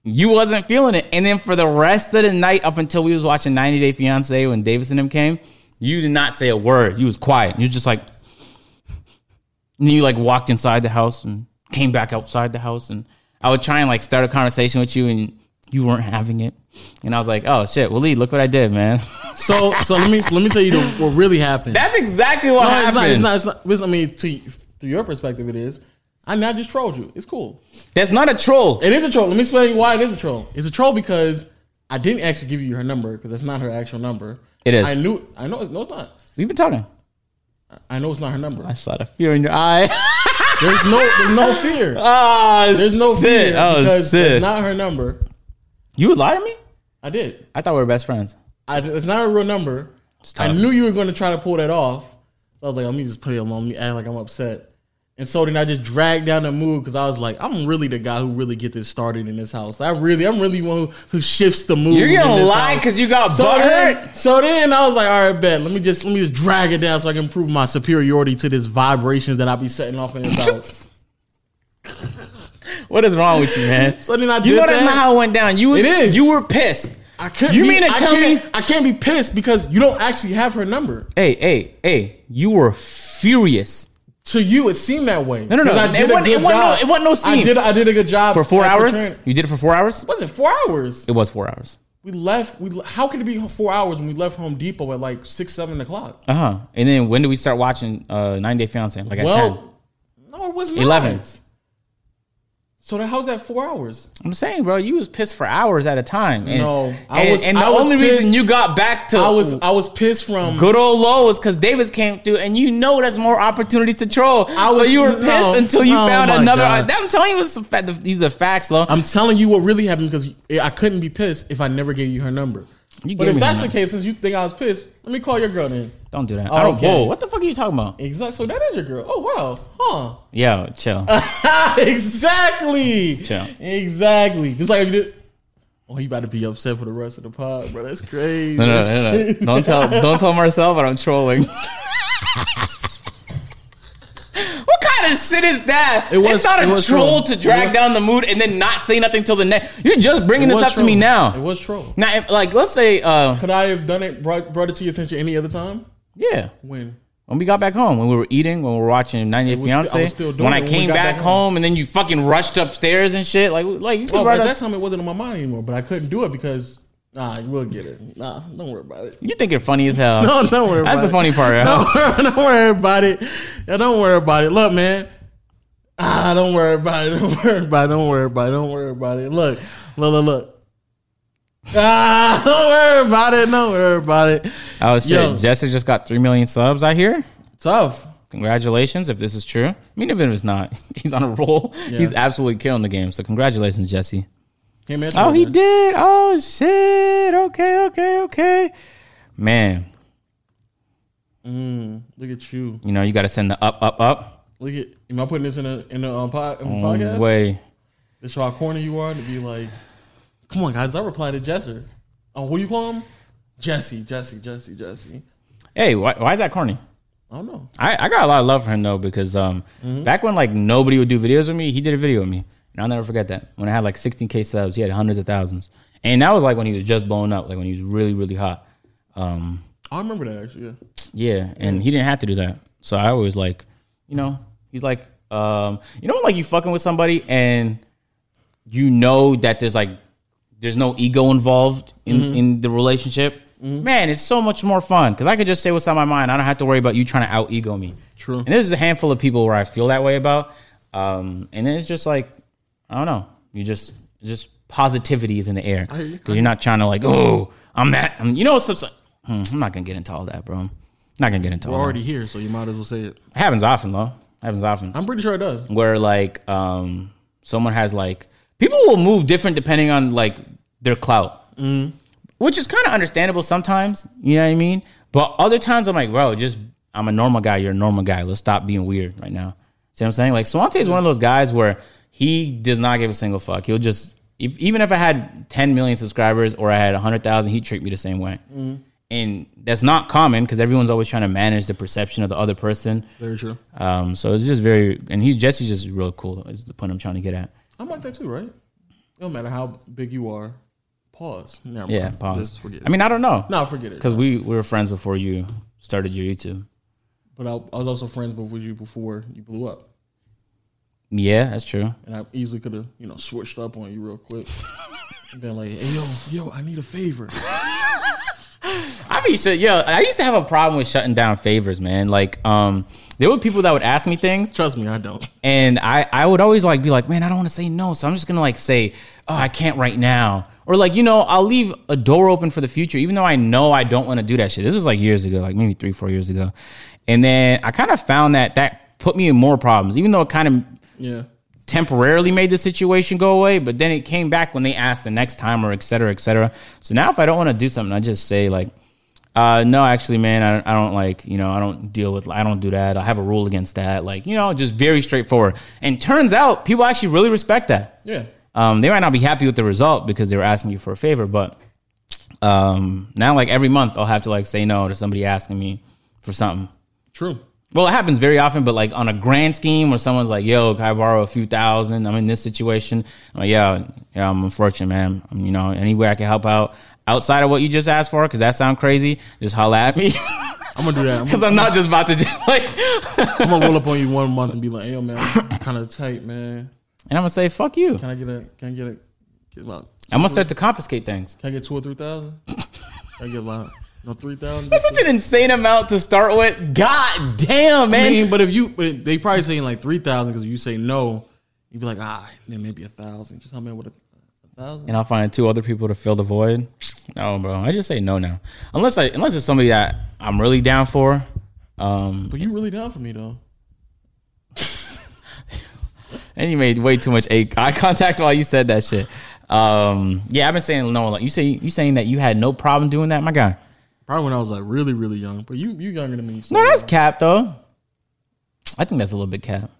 Speaker 1: You wasn't feeling it. And then for the rest of the night, up until we was watching 90 Day Fiance when Davis and them came, you did not say a word. You was quiet. You was just like and you like walked inside the house and came back outside the house and I would try and like start a conversation with you and you weren't having it. And I was like, oh shit, well Lee, look what I did, man.
Speaker 2: So so let me let me tell you the, what really happened.
Speaker 1: That's exactly what
Speaker 2: no, it's
Speaker 1: happened.
Speaker 2: not, it's not. It's not. It's I mean, to to your perspective, it is. I now just trolled you. It's cool.
Speaker 1: That's not a troll.
Speaker 2: It is a troll. Let me explain why it is a troll. It's a troll because I didn't actually give you her number because that's not her actual number.
Speaker 1: It is.
Speaker 2: I knew. I know. It's, no, it's not.
Speaker 1: We've been talking.
Speaker 2: I know it's not her number.
Speaker 1: I saw the fear in your eye.
Speaker 2: There's no. There's no fear.
Speaker 1: Ah,
Speaker 2: There's no
Speaker 1: shit.
Speaker 2: fear
Speaker 1: Oh
Speaker 2: because
Speaker 1: shit!
Speaker 2: it's not her number.
Speaker 1: you would lie to me?
Speaker 2: I did.
Speaker 1: I thought we were best friends.
Speaker 2: I, it's not a real number. I
Speaker 1: tough.
Speaker 2: knew you were going to try to pull that off. So I was like, let me just play along. Let me act like I'm upset. And so then I just dragged down the mood because I was like, I'm really the guy who really get this started in this house. I really, I'm really one who, who shifts the mood.
Speaker 1: You're
Speaker 2: in
Speaker 1: gonna
Speaker 2: this
Speaker 1: lie
Speaker 2: house.
Speaker 1: because you got
Speaker 2: So
Speaker 1: butthurt.
Speaker 2: then, so then I was like, all right, bet. Let me just let me just drag it down so I can prove my superiority to this vibrations that I be setting off in this house.
Speaker 1: What is wrong with you, man?
Speaker 2: So then I did
Speaker 1: you know that's
Speaker 2: that.
Speaker 1: not how it went down. You was,
Speaker 2: It is.
Speaker 1: You were pissed.
Speaker 2: I couldn't.
Speaker 1: You
Speaker 2: be-
Speaker 1: mean to
Speaker 2: I
Speaker 1: tell
Speaker 2: can't-
Speaker 1: me-
Speaker 2: I can't be pissed because you don't actually have her number?
Speaker 1: Hey, hey, hey! You were furious.
Speaker 2: to you, it seemed that way.
Speaker 1: no, no.
Speaker 2: 'Cause I
Speaker 1: It
Speaker 2: did a
Speaker 1: wasn't-
Speaker 2: good
Speaker 1: it wasn't no-
Speaker 2: job.
Speaker 1: it wasn't no
Speaker 2: I
Speaker 1: seem.
Speaker 2: did. I did a good job
Speaker 1: For four
Speaker 2: at
Speaker 1: hours?
Speaker 2: portraying-
Speaker 1: You did it for four hours?
Speaker 2: Was it four hours?
Speaker 1: It was four hours.
Speaker 2: We left. We how could it be four hours when we left Home Depot at like six, seven o'clock?
Speaker 1: Uh huh. And then when did we start watching uh, Nine Day Fiance? Like at ten.
Speaker 2: Well, no, it was not.
Speaker 1: 11.
Speaker 2: So then how's that four hours?
Speaker 1: I'm saying, bro, you was pissed for hours at a time. And,
Speaker 2: No, I
Speaker 1: and,
Speaker 2: was-
Speaker 1: and the
Speaker 2: I was
Speaker 1: only reason
Speaker 2: pissed-
Speaker 1: you got back to
Speaker 2: I was I was pissed from.
Speaker 1: Good old low is because Davis came through, and you know that's more opportunities to troll. so
Speaker 2: was-
Speaker 1: you were
Speaker 2: no,
Speaker 1: pissed until you
Speaker 2: oh
Speaker 1: found
Speaker 2: my
Speaker 1: another.
Speaker 2: God. Um,
Speaker 1: I'm telling you, it's a fact, these are facts, low.
Speaker 2: I'm telling you what really happened because I couldn't be pissed if I never gave you her number.
Speaker 1: You
Speaker 2: but
Speaker 1: gave
Speaker 2: if
Speaker 1: me her
Speaker 2: that's the
Speaker 1: number.
Speaker 2: case, since you think I was pissed, let me call your girl then.
Speaker 1: don't do that. I don't.
Speaker 2: okay.
Speaker 1: Whoa, what the fuck are you talking about?
Speaker 2: Exactly. So that is your girl. Oh wow, huh?
Speaker 1: Yo, chill.
Speaker 2: exactly.
Speaker 1: Chill.
Speaker 2: Exactly. Just like if you did. Oh, you about to be upset for the rest of the pod, bro. That's crazy.
Speaker 1: No, no,
Speaker 2: That's
Speaker 1: no, no.
Speaker 2: crazy.
Speaker 1: Don't tell. Don't tell Marcel, but I'm trolling. what kind of shit is that?
Speaker 2: It was-
Speaker 1: it's not
Speaker 2: it
Speaker 1: a
Speaker 2: was
Speaker 1: troll
Speaker 2: trolling.
Speaker 1: to
Speaker 2: It
Speaker 1: drag
Speaker 2: was-
Speaker 1: down the mood and then not say nothing till the next. You're just bringing
Speaker 2: It
Speaker 1: this up
Speaker 2: was
Speaker 1: to me
Speaker 2: troll.
Speaker 1: now.
Speaker 2: It was troll.
Speaker 1: now, if- like, let's say, uh,
Speaker 2: Could I have done it? Brought, brought it to your attention any other time?
Speaker 1: yeah.
Speaker 2: When?
Speaker 1: When we got back home, when we were eating, when we were watching 90 Day
Speaker 2: was still- I
Speaker 1: Fiance,
Speaker 2: was still doing
Speaker 1: when I
Speaker 2: it when we
Speaker 1: came
Speaker 2: got
Speaker 1: back,
Speaker 2: back
Speaker 1: home, and then you fucking rushed upstairs and shit, like, like you could
Speaker 2: Oh,
Speaker 1: write
Speaker 2: but
Speaker 1: a-
Speaker 2: at that time it wasn't on my mind anymore. But I couldn't do it because nah, you will get it. Nah, don't worry about it.
Speaker 1: you think you're funny as hell.
Speaker 2: No, Oh, don't worry.
Speaker 1: That's
Speaker 2: about
Speaker 1: the funny
Speaker 2: it.
Speaker 1: part. yo.
Speaker 2: Don't worry, don't worry about it. Yeah, don't worry about it. Look, man. Ah, don't worry about it. Don't worry about it. Don't worry about it. Don't worry about it. Look, look, look, look. Ah, don't worry about it. Don't worry about it.
Speaker 1: Oh shit,
Speaker 2: Yo.
Speaker 1: Jesse just got three million subs. I hear.
Speaker 2: Tough.
Speaker 1: Congratulations, if this is true. I mean, even if it's not, he's on a roll. He's absolutely killing the game. So congratulations, Jesse.
Speaker 2: Hey, man, it's
Speaker 1: Oh,
Speaker 2: over.
Speaker 1: he did. Oh shit. Okay, okay, okay. Man,
Speaker 2: Look at you.
Speaker 1: you know you got to send the up, up, up.
Speaker 2: Look at. Am I putting this in a in a um, pod, in a
Speaker 1: Only
Speaker 2: podcast?
Speaker 1: way.
Speaker 2: To show how corny you are to be like, come on, guys. I reply to Jesser. Oh, what you call him? Jesse, Jesse, Jesse, Jesse.
Speaker 1: Hey, why, why is that corny?
Speaker 2: I don't know.
Speaker 1: I, I got a lot of love for him though because um back when like nobody would do videos with me, he did a video with me, and I'll never forget that. When I had like 16k subs, he had hundreds of thousands, and that was like when he was just blowing up, like when he was really really hot. Um,
Speaker 2: I remember that actually. Yeah.
Speaker 1: yeah, and he didn't have to do that, so I always like, you know, he's like, um, you know, when, like you fucking with somebody and you know that there's like there's no ego involved in,
Speaker 2: Mm-hmm.
Speaker 1: in the relationship. Man, it's so much more fun because I could just say what's on my mind. I don't have to worry about you trying to out ego me.
Speaker 2: True.
Speaker 1: And there's a handful of people where I feel that way about. Um, and then it's just like I don't know. You just just positivity is in the air
Speaker 2: hear you.
Speaker 1: because you're not trying to like, oh, I'm that. I'm, you know, it's just like, hmm, I'm not gonna get into all that, bro. I'm not gonna get into
Speaker 2: We're
Speaker 1: all
Speaker 2: already here, so you might as well say it.
Speaker 1: that. It happens often, though. happens often
Speaker 2: I'm pretty sure it does.
Speaker 1: where like um someone has like people will move different depending on like their clout, which is kind of understandable sometimes. You know what I mean? But other times I'm like, bro, just I'm a normal guy. You're a normal guy. Let's stop being weird right now. See what I'm saying? Like Swante is one of those guys where he does not give a single fuck. He'll just if, even if I had 10 million subscribers or I had 100,000, he'd treat me the same way. And that's not common because everyone's always trying to manage the perception of the other person.
Speaker 2: Very true.
Speaker 1: Um, so it's just very, and he's Jesse's just real cool. Is the point I'm trying to get at?
Speaker 2: I'm like that too, right? It don't matter how big you are. Pause. Never
Speaker 1: Yeah,
Speaker 2: mind.
Speaker 1: pause.
Speaker 2: Just forget it.
Speaker 1: I mean, I don't know
Speaker 2: no, forget it.
Speaker 1: because we, we were friends before you started your YouTube.
Speaker 2: But I, I was also friends with you before you blew up,
Speaker 1: Yeah, that's true.
Speaker 2: and I easily could have you know switched up on you real quick. and been like, hey, yo, yo, I need a favor.
Speaker 1: I mean, shit, yo, I used to have a problem with shutting down favors, man. Like, um, there were people that would ask me things,
Speaker 2: Trust me, I don't.
Speaker 1: and I, I would always like be like, man, I don't want to say no, so I'm just gonna like say, oh, I can't right now, or like you know, I'll leave a door open for the future, even though I know I don't want to do that shit. This was like years ago, like maybe three, four years ago, and then I kind of found that that put me in more problems, even though it kind of
Speaker 2: Yeah.
Speaker 1: temporarily made the situation go away, but then it came back when they asked the next time or et cetera, et cetera. So now if I don't want to do something, I just say like, uh, no, actually, man, I don't, I don't like, you know, I don't deal with, I don't do that. I have a rule against that. Like, you know, just very straightforward. And turns out people actually really respect that.
Speaker 2: Yeah.
Speaker 1: Um, they might not be happy with the result because they were asking you for a favor, but um, now like every month I'll have to like say no to somebody asking me for something.
Speaker 2: True.
Speaker 1: Well, it happens very often, but like on a grand scheme where someone's like, yo, can I borrow a few thousand? I'm in this situation. I'm like, yeah, yeah, I'm unfortunate, man. Um, you know, any way I can help out outside of what you just asked for, because that sound crazy, just holla at me.
Speaker 2: I'm gonna do that. I'm
Speaker 1: Because
Speaker 2: gonna,
Speaker 1: I'm not just about to just like,
Speaker 2: I'm gonna roll up on you one month and be like, hey, yo, man, kind of tight, man.
Speaker 1: and I'm going to say, fuck you.
Speaker 2: Can I get a? Can I get a? Get about.
Speaker 1: I'm going to start to confiscate things.
Speaker 2: Can I get two or three thousand? Can I get a lot? No, three thousand.
Speaker 1: That's such an insane amount to start with. God damn, man.
Speaker 2: I mean, but if you, but they probably saying like three thousand because you say no, you'd be like, ah, then maybe a thousand. Just help me out with a, a thousand.
Speaker 1: and I'll find two other people to fill the void. No, bro. I just say no now. Unless I, unless there's somebody that I'm really down for. Um,
Speaker 2: But you really down for me though.
Speaker 1: And you made way too much eye eye contact while you said that shit. Um, yeah, I've been saying no. Like you say, you saying that you had no problem doing that, my guy.
Speaker 2: Probably when I was like really, really young. But you, you younger than me. So
Speaker 1: No, that's cap though. I think that's a little bit cap.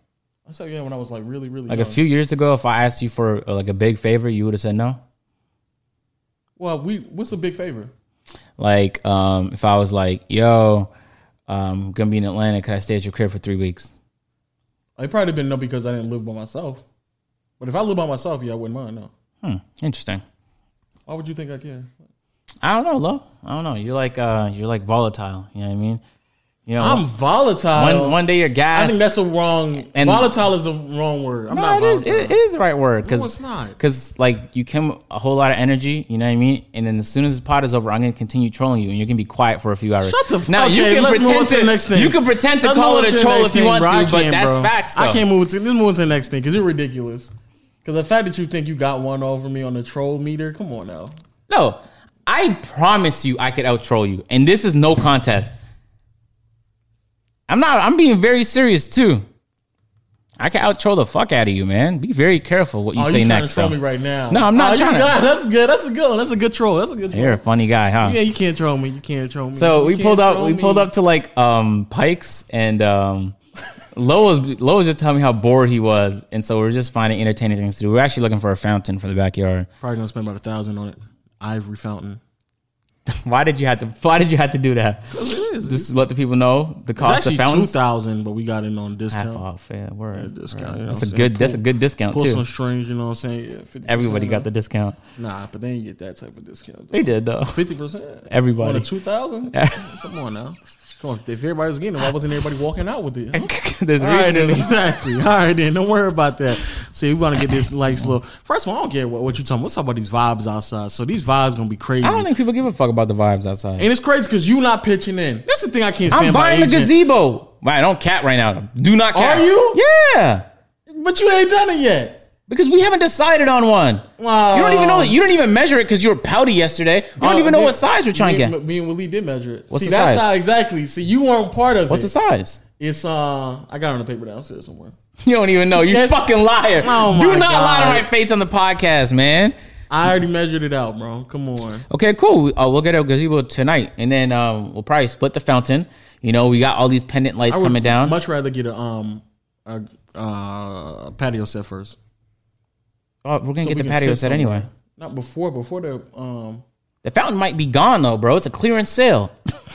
Speaker 2: I said yeah when I was like really, really
Speaker 1: Like a
Speaker 2: young.
Speaker 1: few years ago, if I asked you for uh, like a big favor, you would have said no.
Speaker 2: well, we what's a big favor?
Speaker 1: Like um, if I was like, "Yo, I'm gonna be in Atlanta. Could I stay at your crib for three weeks?"
Speaker 2: It probably been no because I didn't live by myself. But if I lived by myself, yeah, I wouldn't mind. No,
Speaker 1: Hmm, interesting.
Speaker 2: why would you think I care?
Speaker 1: I don't know, Lo. I don't know. You're like uh, you're like volatile. You know what I mean? You know,
Speaker 2: I'm volatile.
Speaker 1: one, one day you're gas.
Speaker 2: I think that's a wrong.
Speaker 1: And-
Speaker 2: volatile is the wrong word. I'm
Speaker 1: No,
Speaker 2: not
Speaker 1: it is.
Speaker 2: volatile.
Speaker 1: It, it is the right word because
Speaker 2: it's not.
Speaker 1: Because like you came with a whole lot of energy, you know what I mean. And then as soon as this pod is over, I'm gonna continue trolling you, and you're gonna be quiet for a few hours.
Speaker 2: Shut the f-
Speaker 1: now you
Speaker 2: okay,
Speaker 1: can
Speaker 2: let's move
Speaker 1: pretend
Speaker 2: on to the next thing.
Speaker 1: You can pretend to
Speaker 2: Let's
Speaker 1: call
Speaker 2: move
Speaker 1: it
Speaker 2: on
Speaker 1: a
Speaker 2: the
Speaker 1: troll
Speaker 2: next
Speaker 1: if you
Speaker 2: thing,
Speaker 1: want
Speaker 2: bro. I
Speaker 1: to, but
Speaker 2: can't,
Speaker 1: that's
Speaker 2: bro.
Speaker 1: facts. Though.
Speaker 2: I can't move to. Let's move on to the next thing because you're ridiculous. Because the fact that you think you got one over me on the troll meter, come on now.
Speaker 1: No, I promise you, I could out troll you, and this is no contest. I'm not. I'm being very serious too. I can out troll the fuck out of you, man. Be very careful what you
Speaker 2: Oh,
Speaker 1: say
Speaker 2: you trying
Speaker 1: next.
Speaker 2: to troll
Speaker 1: though.
Speaker 2: me right now? Oh,
Speaker 1: No, I'm not
Speaker 2: you
Speaker 1: trying to-
Speaker 2: got- that's good. That's a good. One. That's a good troll. That's a good. Troll.
Speaker 1: You're a funny guy, huh?
Speaker 2: Yeah, you can't troll me. You can't troll me.
Speaker 1: So
Speaker 2: You
Speaker 1: we
Speaker 2: can't
Speaker 1: pulled up.
Speaker 2: troll
Speaker 1: We
Speaker 2: me.
Speaker 1: pulled up to like um Pikes and um. Lo was Lo was just telling me how bored he was, and so we were just finding entertaining things to do. We were actually looking for a fountain for the backyard.
Speaker 2: Probably gonna spend about a thousand on it. Ivory fountain.
Speaker 1: Why did you have to? Why did you have to do that?
Speaker 2: It is.
Speaker 1: Just to let the people know the
Speaker 2: It's
Speaker 1: cost of
Speaker 2: actually two
Speaker 1: fountains.
Speaker 2: thousand, but we got it on
Speaker 1: Half
Speaker 2: discount.
Speaker 1: off. Yeah, word.
Speaker 2: Discount. you know
Speaker 1: That's
Speaker 2: what
Speaker 1: a good.
Speaker 2: I'm saying?
Speaker 1: that's a good discount
Speaker 2: Pull, pull
Speaker 1: too.
Speaker 2: some strings. You know what I'm saying? Yeah, 50%,
Speaker 1: Everybody got
Speaker 2: though.
Speaker 1: the discount.
Speaker 2: Nah, but they didn't get that type of discount.
Speaker 1: They did though.
Speaker 2: Fifty percent.
Speaker 1: Everybody.
Speaker 2: on a two thousand. Come on now. Come on. If everybody was getting it, why wasn't everybody walking out with it? huh?
Speaker 1: There's
Speaker 2: All right, then,
Speaker 1: reason.
Speaker 2: exactly. All right, then. Don't worry about that. See, we want to get this nice little. First of all, I don't care what, what you're talking about. Let's talk about these vibes outside. So, these vibes going to be crazy.
Speaker 1: I don't
Speaker 2: And
Speaker 1: think people give a fuck about the vibes outside.
Speaker 2: it's crazy because you not pitching in. That's the thing I can't stand
Speaker 1: I'm
Speaker 2: by
Speaker 1: buying a
Speaker 2: agent.
Speaker 1: gazebo. Right, don't cat right now. Do not cat.
Speaker 2: Are you?
Speaker 1: Yeah.
Speaker 2: But you ain't done it yet.
Speaker 1: Because we haven't decided on one.
Speaker 2: Wow.
Speaker 1: You don't even know. You didn't even measure it because you were pouty yesterday. You don't
Speaker 2: Oh,
Speaker 1: even know
Speaker 2: me-
Speaker 1: what size we're trying
Speaker 2: me,
Speaker 1: to
Speaker 2: and-
Speaker 1: get.
Speaker 2: Me and Willie did measure it.
Speaker 1: What's
Speaker 2: See,
Speaker 1: the
Speaker 2: that's
Speaker 1: size?
Speaker 2: how exactly. See, you weren't part of
Speaker 1: What's the
Speaker 2: it.
Speaker 1: size?
Speaker 2: It's uh, I got it on the paper downstairs somewhere.
Speaker 1: You don't even know. You
Speaker 2: Yes.
Speaker 1: fucking liar.
Speaker 2: Oh my
Speaker 1: Do not lie to
Speaker 2: God.
Speaker 1: my face on the podcast, man.
Speaker 2: I already measured it out, bro. Come on.
Speaker 1: Okay, cool. Uh, we'll get a gazebo tonight, and then um, we'll probably split the fountain. You know, we got all these pendant lights
Speaker 2: I would
Speaker 1: coming down.
Speaker 2: Much rather get a um a uh, patio set first.
Speaker 1: oh, we're gonna
Speaker 2: So
Speaker 1: get the
Speaker 2: we can
Speaker 1: patio
Speaker 2: sit
Speaker 1: set
Speaker 2: somewhere.
Speaker 1: anyway.
Speaker 2: Not before. Before the um.
Speaker 1: The fountain might be gone though, bro. It's a clearance sale.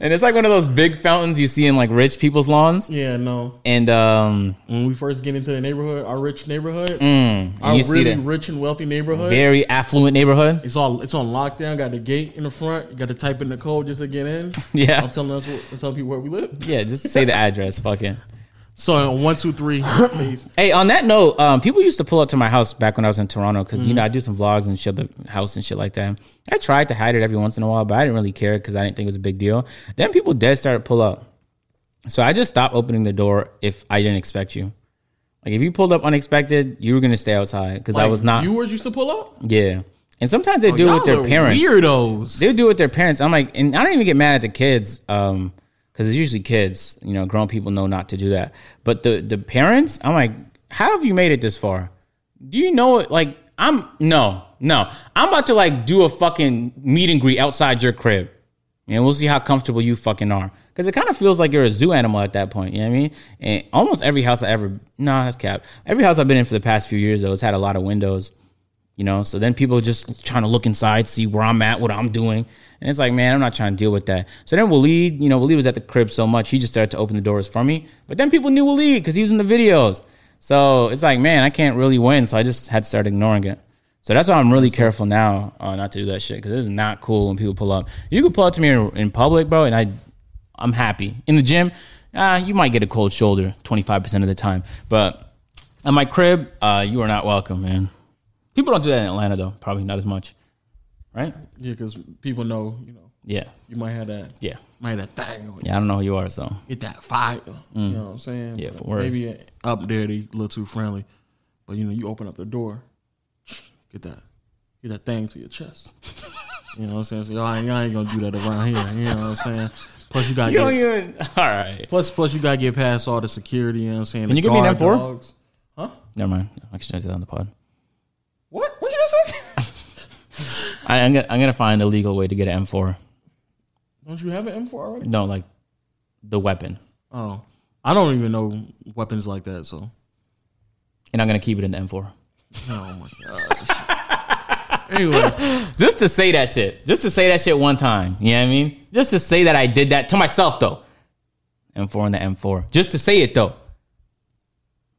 Speaker 1: and it's like one of those big fountains you see in like rich people's lawns.
Speaker 2: Yeah, no.
Speaker 1: And um
Speaker 2: When we first get into the neighborhood, our rich neighborhood, our
Speaker 1: Mm, and you see
Speaker 2: really
Speaker 1: the
Speaker 2: rich and wealthy neighborhood,
Speaker 1: very affluent neighborhood.
Speaker 2: it's all it's on lockdown. Got the gate in the front. You got to type in the code just to get in. I'm
Speaker 1: Yeah.
Speaker 2: telling us, what, I'm telling people where we live.
Speaker 1: Yeah, just say the address, fucking.
Speaker 2: So one, two, three, please.
Speaker 1: Hey, on that note, um, people used to pull up to my house back when I was in Toronto because
Speaker 2: Mm-hmm.
Speaker 1: you know I do some vlogs and shit, the house and shit like that. I tried to hide it every once in a while, but I didn't really care because I didn't think it was a big deal. Then people dead started to pull up, so I just stopped opening the door if I didn't expect you. Like if you pulled up unexpected, you were gonna stay outside because I
Speaker 2: Like,
Speaker 1: was not.
Speaker 2: Viewers used to pull up.
Speaker 1: yeah, and sometimes they do it
Speaker 2: Y'all
Speaker 1: with their
Speaker 2: are
Speaker 1: parents.
Speaker 2: Weirdos.
Speaker 1: They do it with their parents. I'm like, and I don't even get mad at the kids, um, because it's usually kids. You know, grown people know not to do that. But the the parents, I'm like, how have you made it this far? Do you know it? Like, I'm no, no. I'm about to like do a fucking meet and greet outside your crib, and we'll see how comfortable you fucking are. Because it kind of feels like you're a zoo animal at that point. You know what I mean? And almost every house I ever, no, that's cap. Every house I've been in for the past few years though, it's had a lot of windows you know so then people just trying to look inside see where i'm at what i'm doing and it's like man i'm not trying to deal with that so then waleed you know waleed was at the crib so much he just started to open the doors for me but then people knew waleed because he was in the videos so it's like man i can't really win so i just had to start ignoring it so that's why i'm really careful now uh, not to do that shit because it's not cool when people pull up you can pull up to me in, in public bro and i i'm happy in the gym uh, you might get a cold shoulder 25% of the time but at my crib uh, you are not welcome man People don't do that in Atlanta though. Probably not as much, right?
Speaker 2: Yeah, because people know, you know,
Speaker 1: Yeah,
Speaker 2: you might have that,
Speaker 1: yeah,
Speaker 2: might have that thing,
Speaker 1: yeah. I don't know who you are, so
Speaker 2: get that fire. You know what I'm saying?
Speaker 1: Mm. Yeah,
Speaker 2: But
Speaker 1: for word.
Speaker 2: Maybe up there they a little too friendly, but you know, you open up the door, get that, get that thing to your chest. you know what I'm saying? So y'all ain't, y'all ain't gonna do that around here. You know what I'm saying? Plus you gotta
Speaker 1: you don't
Speaker 2: get,
Speaker 1: even. All right,
Speaker 2: plus plus you gotta get past all the security. You know what I'm saying?
Speaker 1: Can you give me an M4?
Speaker 2: dogs. Huh?
Speaker 1: never mind. I should say that on the pod.
Speaker 2: What? What you just say?
Speaker 1: I, I'm gonna I'm gonna find a legal way to get an M4.
Speaker 2: Don't you have an M4 already?
Speaker 1: No, like the weapon,
Speaker 2: Oh, I don't even know weapons like that. So.
Speaker 1: and I'm gonna keep it in the M4.
Speaker 2: Oh my gosh. anyway,
Speaker 1: Just to say that shit. Just to say that shit one time. You know what I mean? Just to say that I did that to myself though. M4 and the M4. Just to say it though.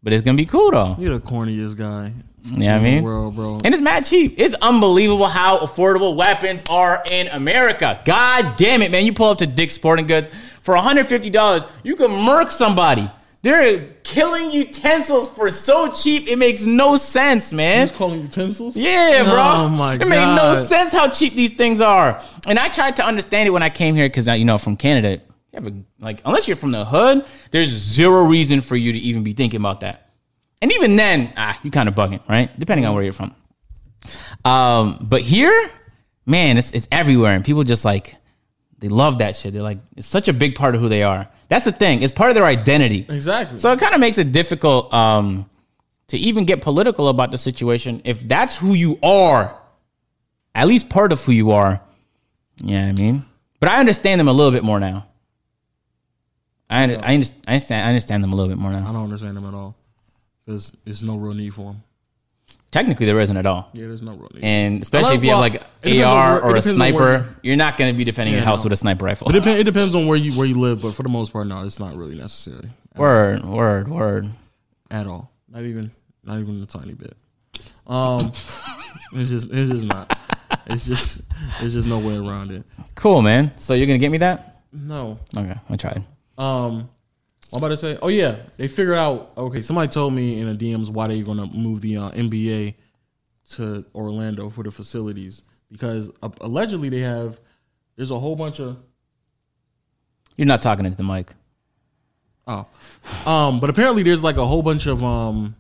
Speaker 1: But it's gonna be cool though.
Speaker 2: you're the corniest guy
Speaker 1: You know what I
Speaker 2: in the
Speaker 1: mean?
Speaker 2: world, bro.
Speaker 1: And it's mad cheap. It's unbelievable how affordable weapons are in America. God damn it, man. You pull up to Dick's Sporting Goods for $150, you can murk somebody. They're killing utensils for so cheap, it makes no sense, man.
Speaker 2: He's calling utensils?
Speaker 1: Yeah, bro.
Speaker 2: Oh my
Speaker 1: It made no
Speaker 2: God.
Speaker 1: sense how cheap these things are. And I tried to understand it when I came here because, you know, from Canada, you have a, like, unless you're from the hood, there's zero reason for you to even be thinking about that. And even then, ah, you kind of bugging, right? Depending on where you're from. Um, but here, man, it's, it's everywhere, and people just like they love that shit. They're like, it's such a big part of who they are. That's the thing; it's part of their identity.
Speaker 2: Exactly.
Speaker 1: So it kind of makes it difficult um, to even get political about the situation if that's who you are, at least part of who you are. Yeah, I mean, but I understand them a little bit more now. I under- I, underst- I understand I understand them a little bit more
Speaker 2: I
Speaker 1: now.
Speaker 2: don't understand him at all. Because there's no real need for him.
Speaker 1: Technically, there isn't at all.
Speaker 2: Yeah, there's no real need.
Speaker 1: And especially
Speaker 2: Unless-
Speaker 1: if you have
Speaker 2: well,
Speaker 1: like
Speaker 2: it depends on
Speaker 1: AR
Speaker 2: where-
Speaker 1: or
Speaker 2: it
Speaker 1: a
Speaker 2: depends on where
Speaker 1: sniper, you're not going to be defending your
Speaker 2: Yeah,
Speaker 1: house
Speaker 2: no.
Speaker 1: with a sniper rifle.
Speaker 2: It, depend, it depends on where you where you live, but for the most part, no, it's not really necessary
Speaker 1: Word, word, word.
Speaker 2: at all. Not even not even a tiny bit. Um it's just it's just not. It's just there's just no way around it.
Speaker 1: Cool, man. So you're gonna get me that?
Speaker 2: No.
Speaker 1: Okay, I tried.
Speaker 2: Um, I'm about to say, oh yeah, they figured out. Okay, somebody told me in the DMs why they're gonna move the uh, NBA to Orlando for the facilities because uh, allegedly they have. There's a whole bunch of.
Speaker 1: You're not talking into the mic.
Speaker 2: Oh, um, but apparently there's like a whole bunch of um,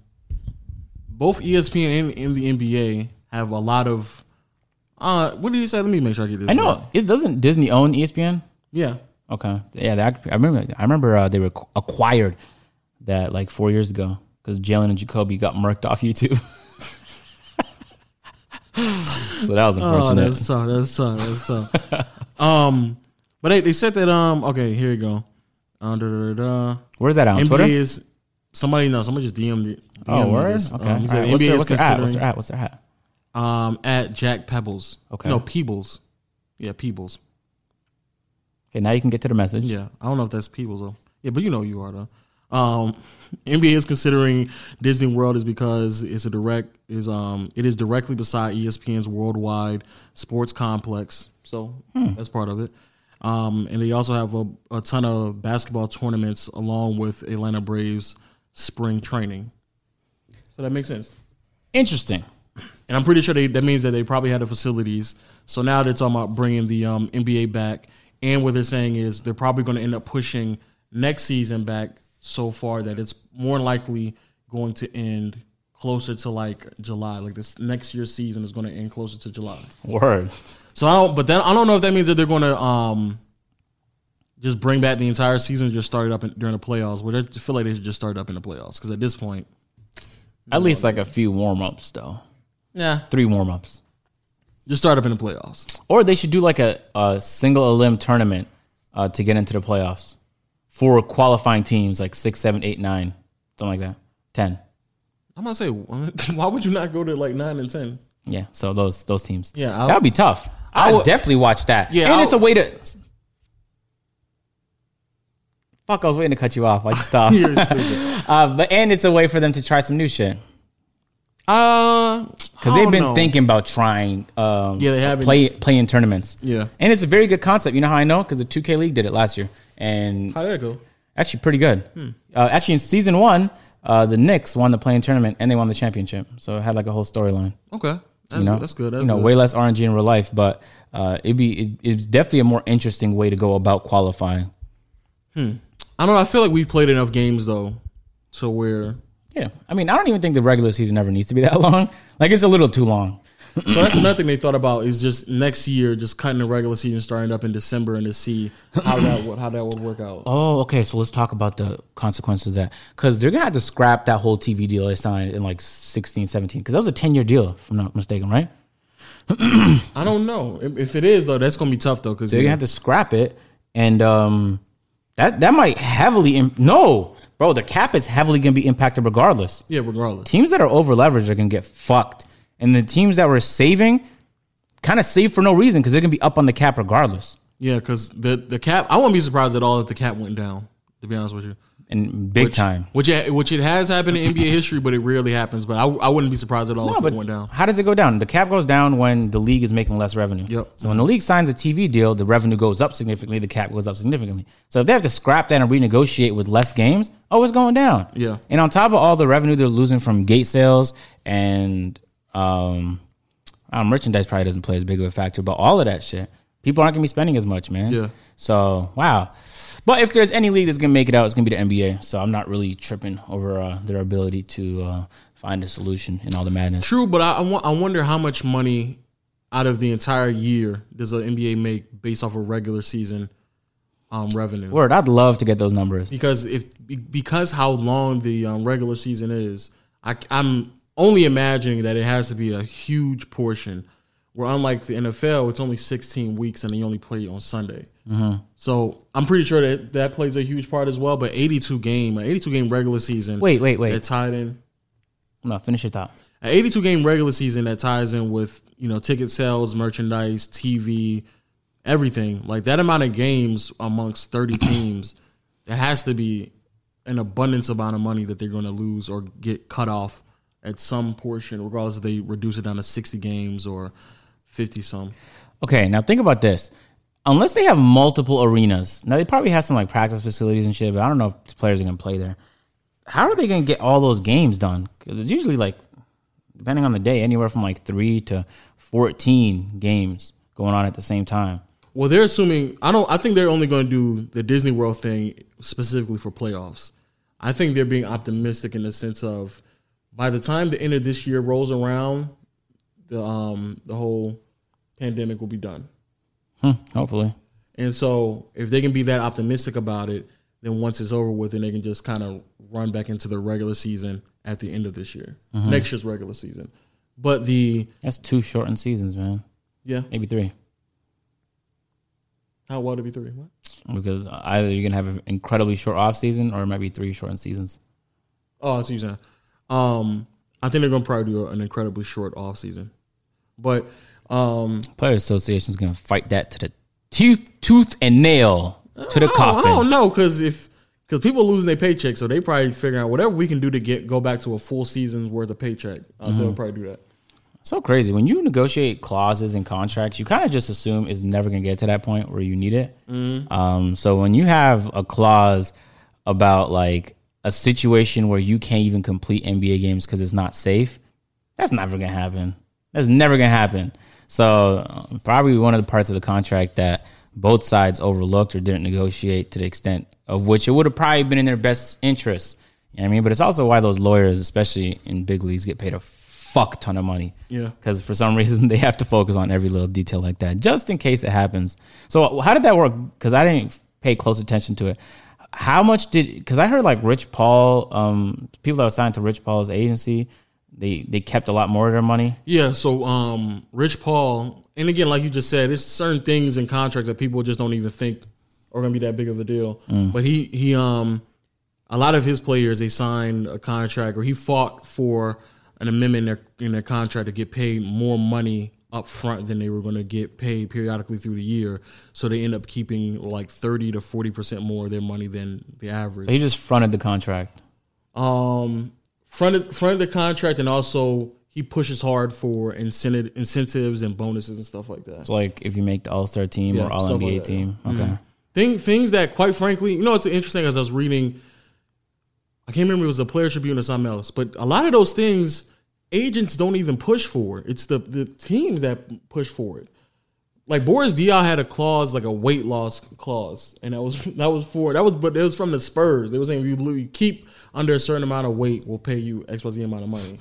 Speaker 2: both E ESPN and, and the NBA have a lot of. Uh, what did you say? Let me make sure I get this.
Speaker 1: I
Speaker 2: right.
Speaker 1: know. It doesn't Disney own E ESPN?
Speaker 2: Yeah,
Speaker 1: Okay. Yeah, that, I remember. I remember uh, they were ac- acquired that like four years ago because Jalen and Jacoby got murked off YouTube. so that was
Speaker 2: oh,
Speaker 1: unfortunate.
Speaker 2: that's tough. That's tough. That's tough. um, but they, they said that um. Okay, here you go. Uh, da, da, da, da.
Speaker 1: Where's that on
Speaker 2: NBA
Speaker 1: Twitter?
Speaker 2: is somebody knows. Somebody just DM'd it.
Speaker 1: oh,
Speaker 2: DM'd
Speaker 1: word.
Speaker 2: this.
Speaker 1: Okay.
Speaker 2: Um, he
Speaker 1: All
Speaker 2: said
Speaker 1: right.
Speaker 2: NBA
Speaker 1: What's, their,
Speaker 2: is
Speaker 1: what's their at? What's
Speaker 2: considering-
Speaker 1: their at? What's their at?
Speaker 2: Um, at Jack Pebbles.
Speaker 1: Okay.
Speaker 2: No, Peebles. Yeah, Peebles.
Speaker 1: Okay, now you can get to the message.
Speaker 2: Yeah, I don't know if that's Peebles though. Yeah, but you know who you are though. Um, NBA is considering Disney World is because it's a direct is um it is directly beside E ESPN's worldwide sports complex, so that's part of it. Um, and they also have a, a ton of basketball tournaments along with Atlanta Braves spring training. So that makes sense.
Speaker 1: Interesting.
Speaker 2: And I'm pretty sure they, that means that they probably had the facilities. So now they're talking about bringing the um, NBA back. And what they're saying is they're probably going to end up pushing next season back so far that it's more likely going to end closer to like July. Like this next year's season is going to end closer to July.
Speaker 1: Word.
Speaker 2: So I don't, but then I don't know if that means that they're going to um, just bring back the entire season, and just start it up in, during the playoffs. Which I feel like they should just start it up in the playoffs because at this point,
Speaker 1: At least like a few warm ups though.
Speaker 2: yeah,
Speaker 1: Three warm ups.
Speaker 2: just start up in the playoffs.
Speaker 1: Or they should do like a, a single limb tournament uh, to get into the playoffs for qualifying teams like six, seven, eight, nine, something like that. Ten.
Speaker 2: I'm gonna say, why would you not go to like nine and ten?
Speaker 1: Yeah. So those those teams.
Speaker 2: Yeah, I'll-
Speaker 1: that'd be tough. I would definitely watch that.
Speaker 2: Yeah,
Speaker 1: And
Speaker 2: I'll-
Speaker 1: it's a way to. Fuck! I was waiting to cut you off. Why'd you stop?
Speaker 2: You're stupid.
Speaker 1: uh, but and it's a way for them to try some new shit
Speaker 2: Uh,
Speaker 1: because they've been thinking about trying. Um,
Speaker 2: Yeah, they have been.
Speaker 1: play play in tournaments.
Speaker 2: Yeah.
Speaker 1: and it's a very good concept. You know how I know because the 2K League did it last year, and
Speaker 2: How did it go?
Speaker 1: actually pretty good. Uh, actually, in season one, uh, the Knicks won the playing tournament and they won the championship, so it had like a whole storyline.
Speaker 2: Okay, that's,
Speaker 1: you know,
Speaker 2: that's good. That's
Speaker 1: you know,
Speaker 2: good.
Speaker 1: way less RNG in real life, but uh, it'd be it, it's definitely a more interesting way to go about qualifying.
Speaker 2: I don't know. I feel like we've played enough games though, to where
Speaker 1: Yeah, I mean, I don't even think the regular season ever needs to be that long. Like it's a little too long.
Speaker 2: so that's another thing they thought about is just next year, just cutting the regular season, starting up in December, and to see how that would how that would work out.
Speaker 1: Oh, okay. So let's talk about the consequences of that because they're gonna have to scrap that whole TV deal they signed in like 16, 17 because that was a ten year deal, if I'm not mistaken, right?
Speaker 2: I don't know if, if it is though. That's gonna be tough though because
Speaker 1: They're gonna have to scrap it, and um, that that might heavily Im- no, bro. The cap is heavily gonna be impacted regardless.
Speaker 2: yeah, regardless.
Speaker 1: teams that are over leveraged are gonna get fucked, and the teams that were saving kind of save for no reason because they're gonna be up on the cap regardless.
Speaker 2: Yeah, because the the cap. I wouldn't be surprised at all if the cap went down. To be honest with you.
Speaker 1: And big time.
Speaker 2: Which, it- which it has happened in NBA history, but it rarely happens. But I, I wouldn't be surprised at all
Speaker 1: No,
Speaker 2: if
Speaker 1: but
Speaker 2: it went down.
Speaker 1: how does it go down? The cap goes down when the league is making less revenue.
Speaker 2: Yep.
Speaker 1: So when the league signs a TV deal, the revenue goes up significantly, the cap goes up significantly. So if they have to scrap that and renegotiate with less games, oh, it's going down.
Speaker 2: Yeah.
Speaker 1: And on top of all the revenue they're losing from gate sales and um, I don't know, merchandise probably doesn't play as big of a factor, but all of that shit, people aren't gonna be spending as much, man.
Speaker 2: Yeah.
Speaker 1: So wow. But if there's any league that's gonna make it out, it's gonna be the NBA. So I'm not really tripping over uh, their ability to uh, find a solution in all the madness.
Speaker 2: True, but I, I, wo- I wonder how much money out of the entire year does the NBA make based off of regular season um, revenue?
Speaker 1: Word, I'd love to get those numbers.
Speaker 2: Because if be- because how long the um, regular season is, I, am only imagining that it has to be a huge portion. Where unlike the NFL, it's only 16 weeks and they only play on Sunday. So I'm pretty sure that that plays a huge part as well. But 82 game, an 82 game regular season.
Speaker 1: Wait, wait, wait.
Speaker 2: That tied in
Speaker 1: No, finish your thought.
Speaker 2: an 82 game regular season that ties in with you know ticket sales merchandise tv everything like that amount of games amongst 30 teams it has to be an abundance amount of money that they're going to lose or get cut off at some portion regardless if they reduce it down to 60 games or 50 some
Speaker 1: Okay, now think about this. Unless they have multiple arenas, now they probably have some like practice facilities and shit, but I don't know if the players are gonna play there. How are they gonna get all those games done? Because it's usually like, depending on the day, anywhere from like three to fourteen games going on at the same time.
Speaker 2: Well, they're assuming I don't. I think they're only going to do the Disney World thing specifically for playoffs. I think they're being optimistic in the sense of by the time the end of this year rolls around, the um the whole pandemic will be done.
Speaker 1: Hmm, Hopefully.
Speaker 2: And so if they can be that optimistic about it, then once it's over with, then they can just kind of run back into the regular season at the end of this year, next year's regular season. But the
Speaker 1: That's two shortened seasons, man.
Speaker 2: yeah,
Speaker 1: Maybe three.
Speaker 2: how well to be three? What?
Speaker 1: Because either you're gonna have an incredibly short off season or it might be three shortened seasons.
Speaker 2: Oh, I see what you're saying. Um, I think they're gonna probably do an incredibly short off season, but um,
Speaker 1: Player Association's gonna fight that to the tooth tooth and nail to the
Speaker 2: I
Speaker 1: coffin.
Speaker 2: don't know because if because people losing their paycheck, so they probably figuring out whatever we can do to get go back to a full season's worth of paycheck. Uh, They'll probably do that.
Speaker 1: So crazy. When you negotiate clauses and contracts, you kind of just assume it's never going to get to that point where you need it. Um, so when you have a clause about like a situation where you can't even complete NBA games because it's not safe, that's never going to happen. That's never going to happen. So um, probably one of the parts of the contract that both sides overlooked or didn't negotiate to the extent of which it would have probably been in their best interest. You know what I mean? But it's also why those lawyers, especially in big leagues, get paid a fuck ton of money
Speaker 2: Yeah.
Speaker 1: because for some reason they have to focus on every little detail like that just in case it happens so how did that work because i didn't pay close attention to it how much did because i heard like rich paul um people that were signed to rich paul's agency they they kept a lot more of their money
Speaker 2: Yeah, so um, Rich Paul, and again, like you just said, it's certain things in contracts that people just don't even think are going to be that big of a deal. But he he um, a lot of his players they signed a contract or he fought for an amendment in their in their contract to get paid more money up front than they were going to get paid periodically through the year. So they end up keeping like thirty to forty percent more of their money than the average.
Speaker 1: so he just fronted the contract
Speaker 2: um, fronted fronted the contract, and also he pushes hard for incentive incentives and bonuses and stuff like that.
Speaker 1: it's like if you make the all-star team
Speaker 2: Yeah, Mm-hmm.
Speaker 1: or all
Speaker 2: stuff
Speaker 1: nba
Speaker 2: like that,
Speaker 1: team okay
Speaker 2: Thing, things that, quite frankly, you know, it's interesting as I was reading. I can't remember if it was the Player Tribune or something else, but a lot of those things agents don't even push for. It's the the teams that push for it. Like Boris Diaw had a clause, like a weight loss clause, and that was that was for that was, but it was from the Spurs. They were saying if you, lo- you keep under a certain amount of weight, we'll pay you X Y Z amount of money.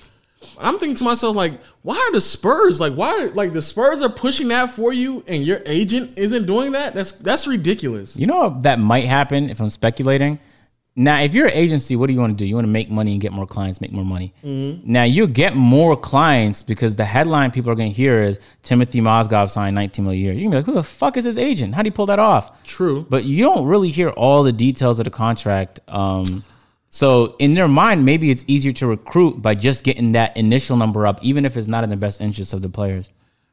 Speaker 2: I'm thinking to myself, like, why are the Spurs like why are, like the Spurs are pushing that for you, and your agent isn't doing that? That's that's ridiculous.
Speaker 1: you know what that might happen if i'm speculating now if you're an agency what do you want to do you want to make money and get more clients make more money now you get more clients because the headline people are going to hear is timothy mozgov signed 19 million a year you're going to be like who the fuck is his agent how do you pull that off
Speaker 2: True.
Speaker 1: but you don't really hear all the details of the contract. Um, so in their mind, maybe it's easier to recruit by just getting that initial number up, even if it's not in the best interest of the players.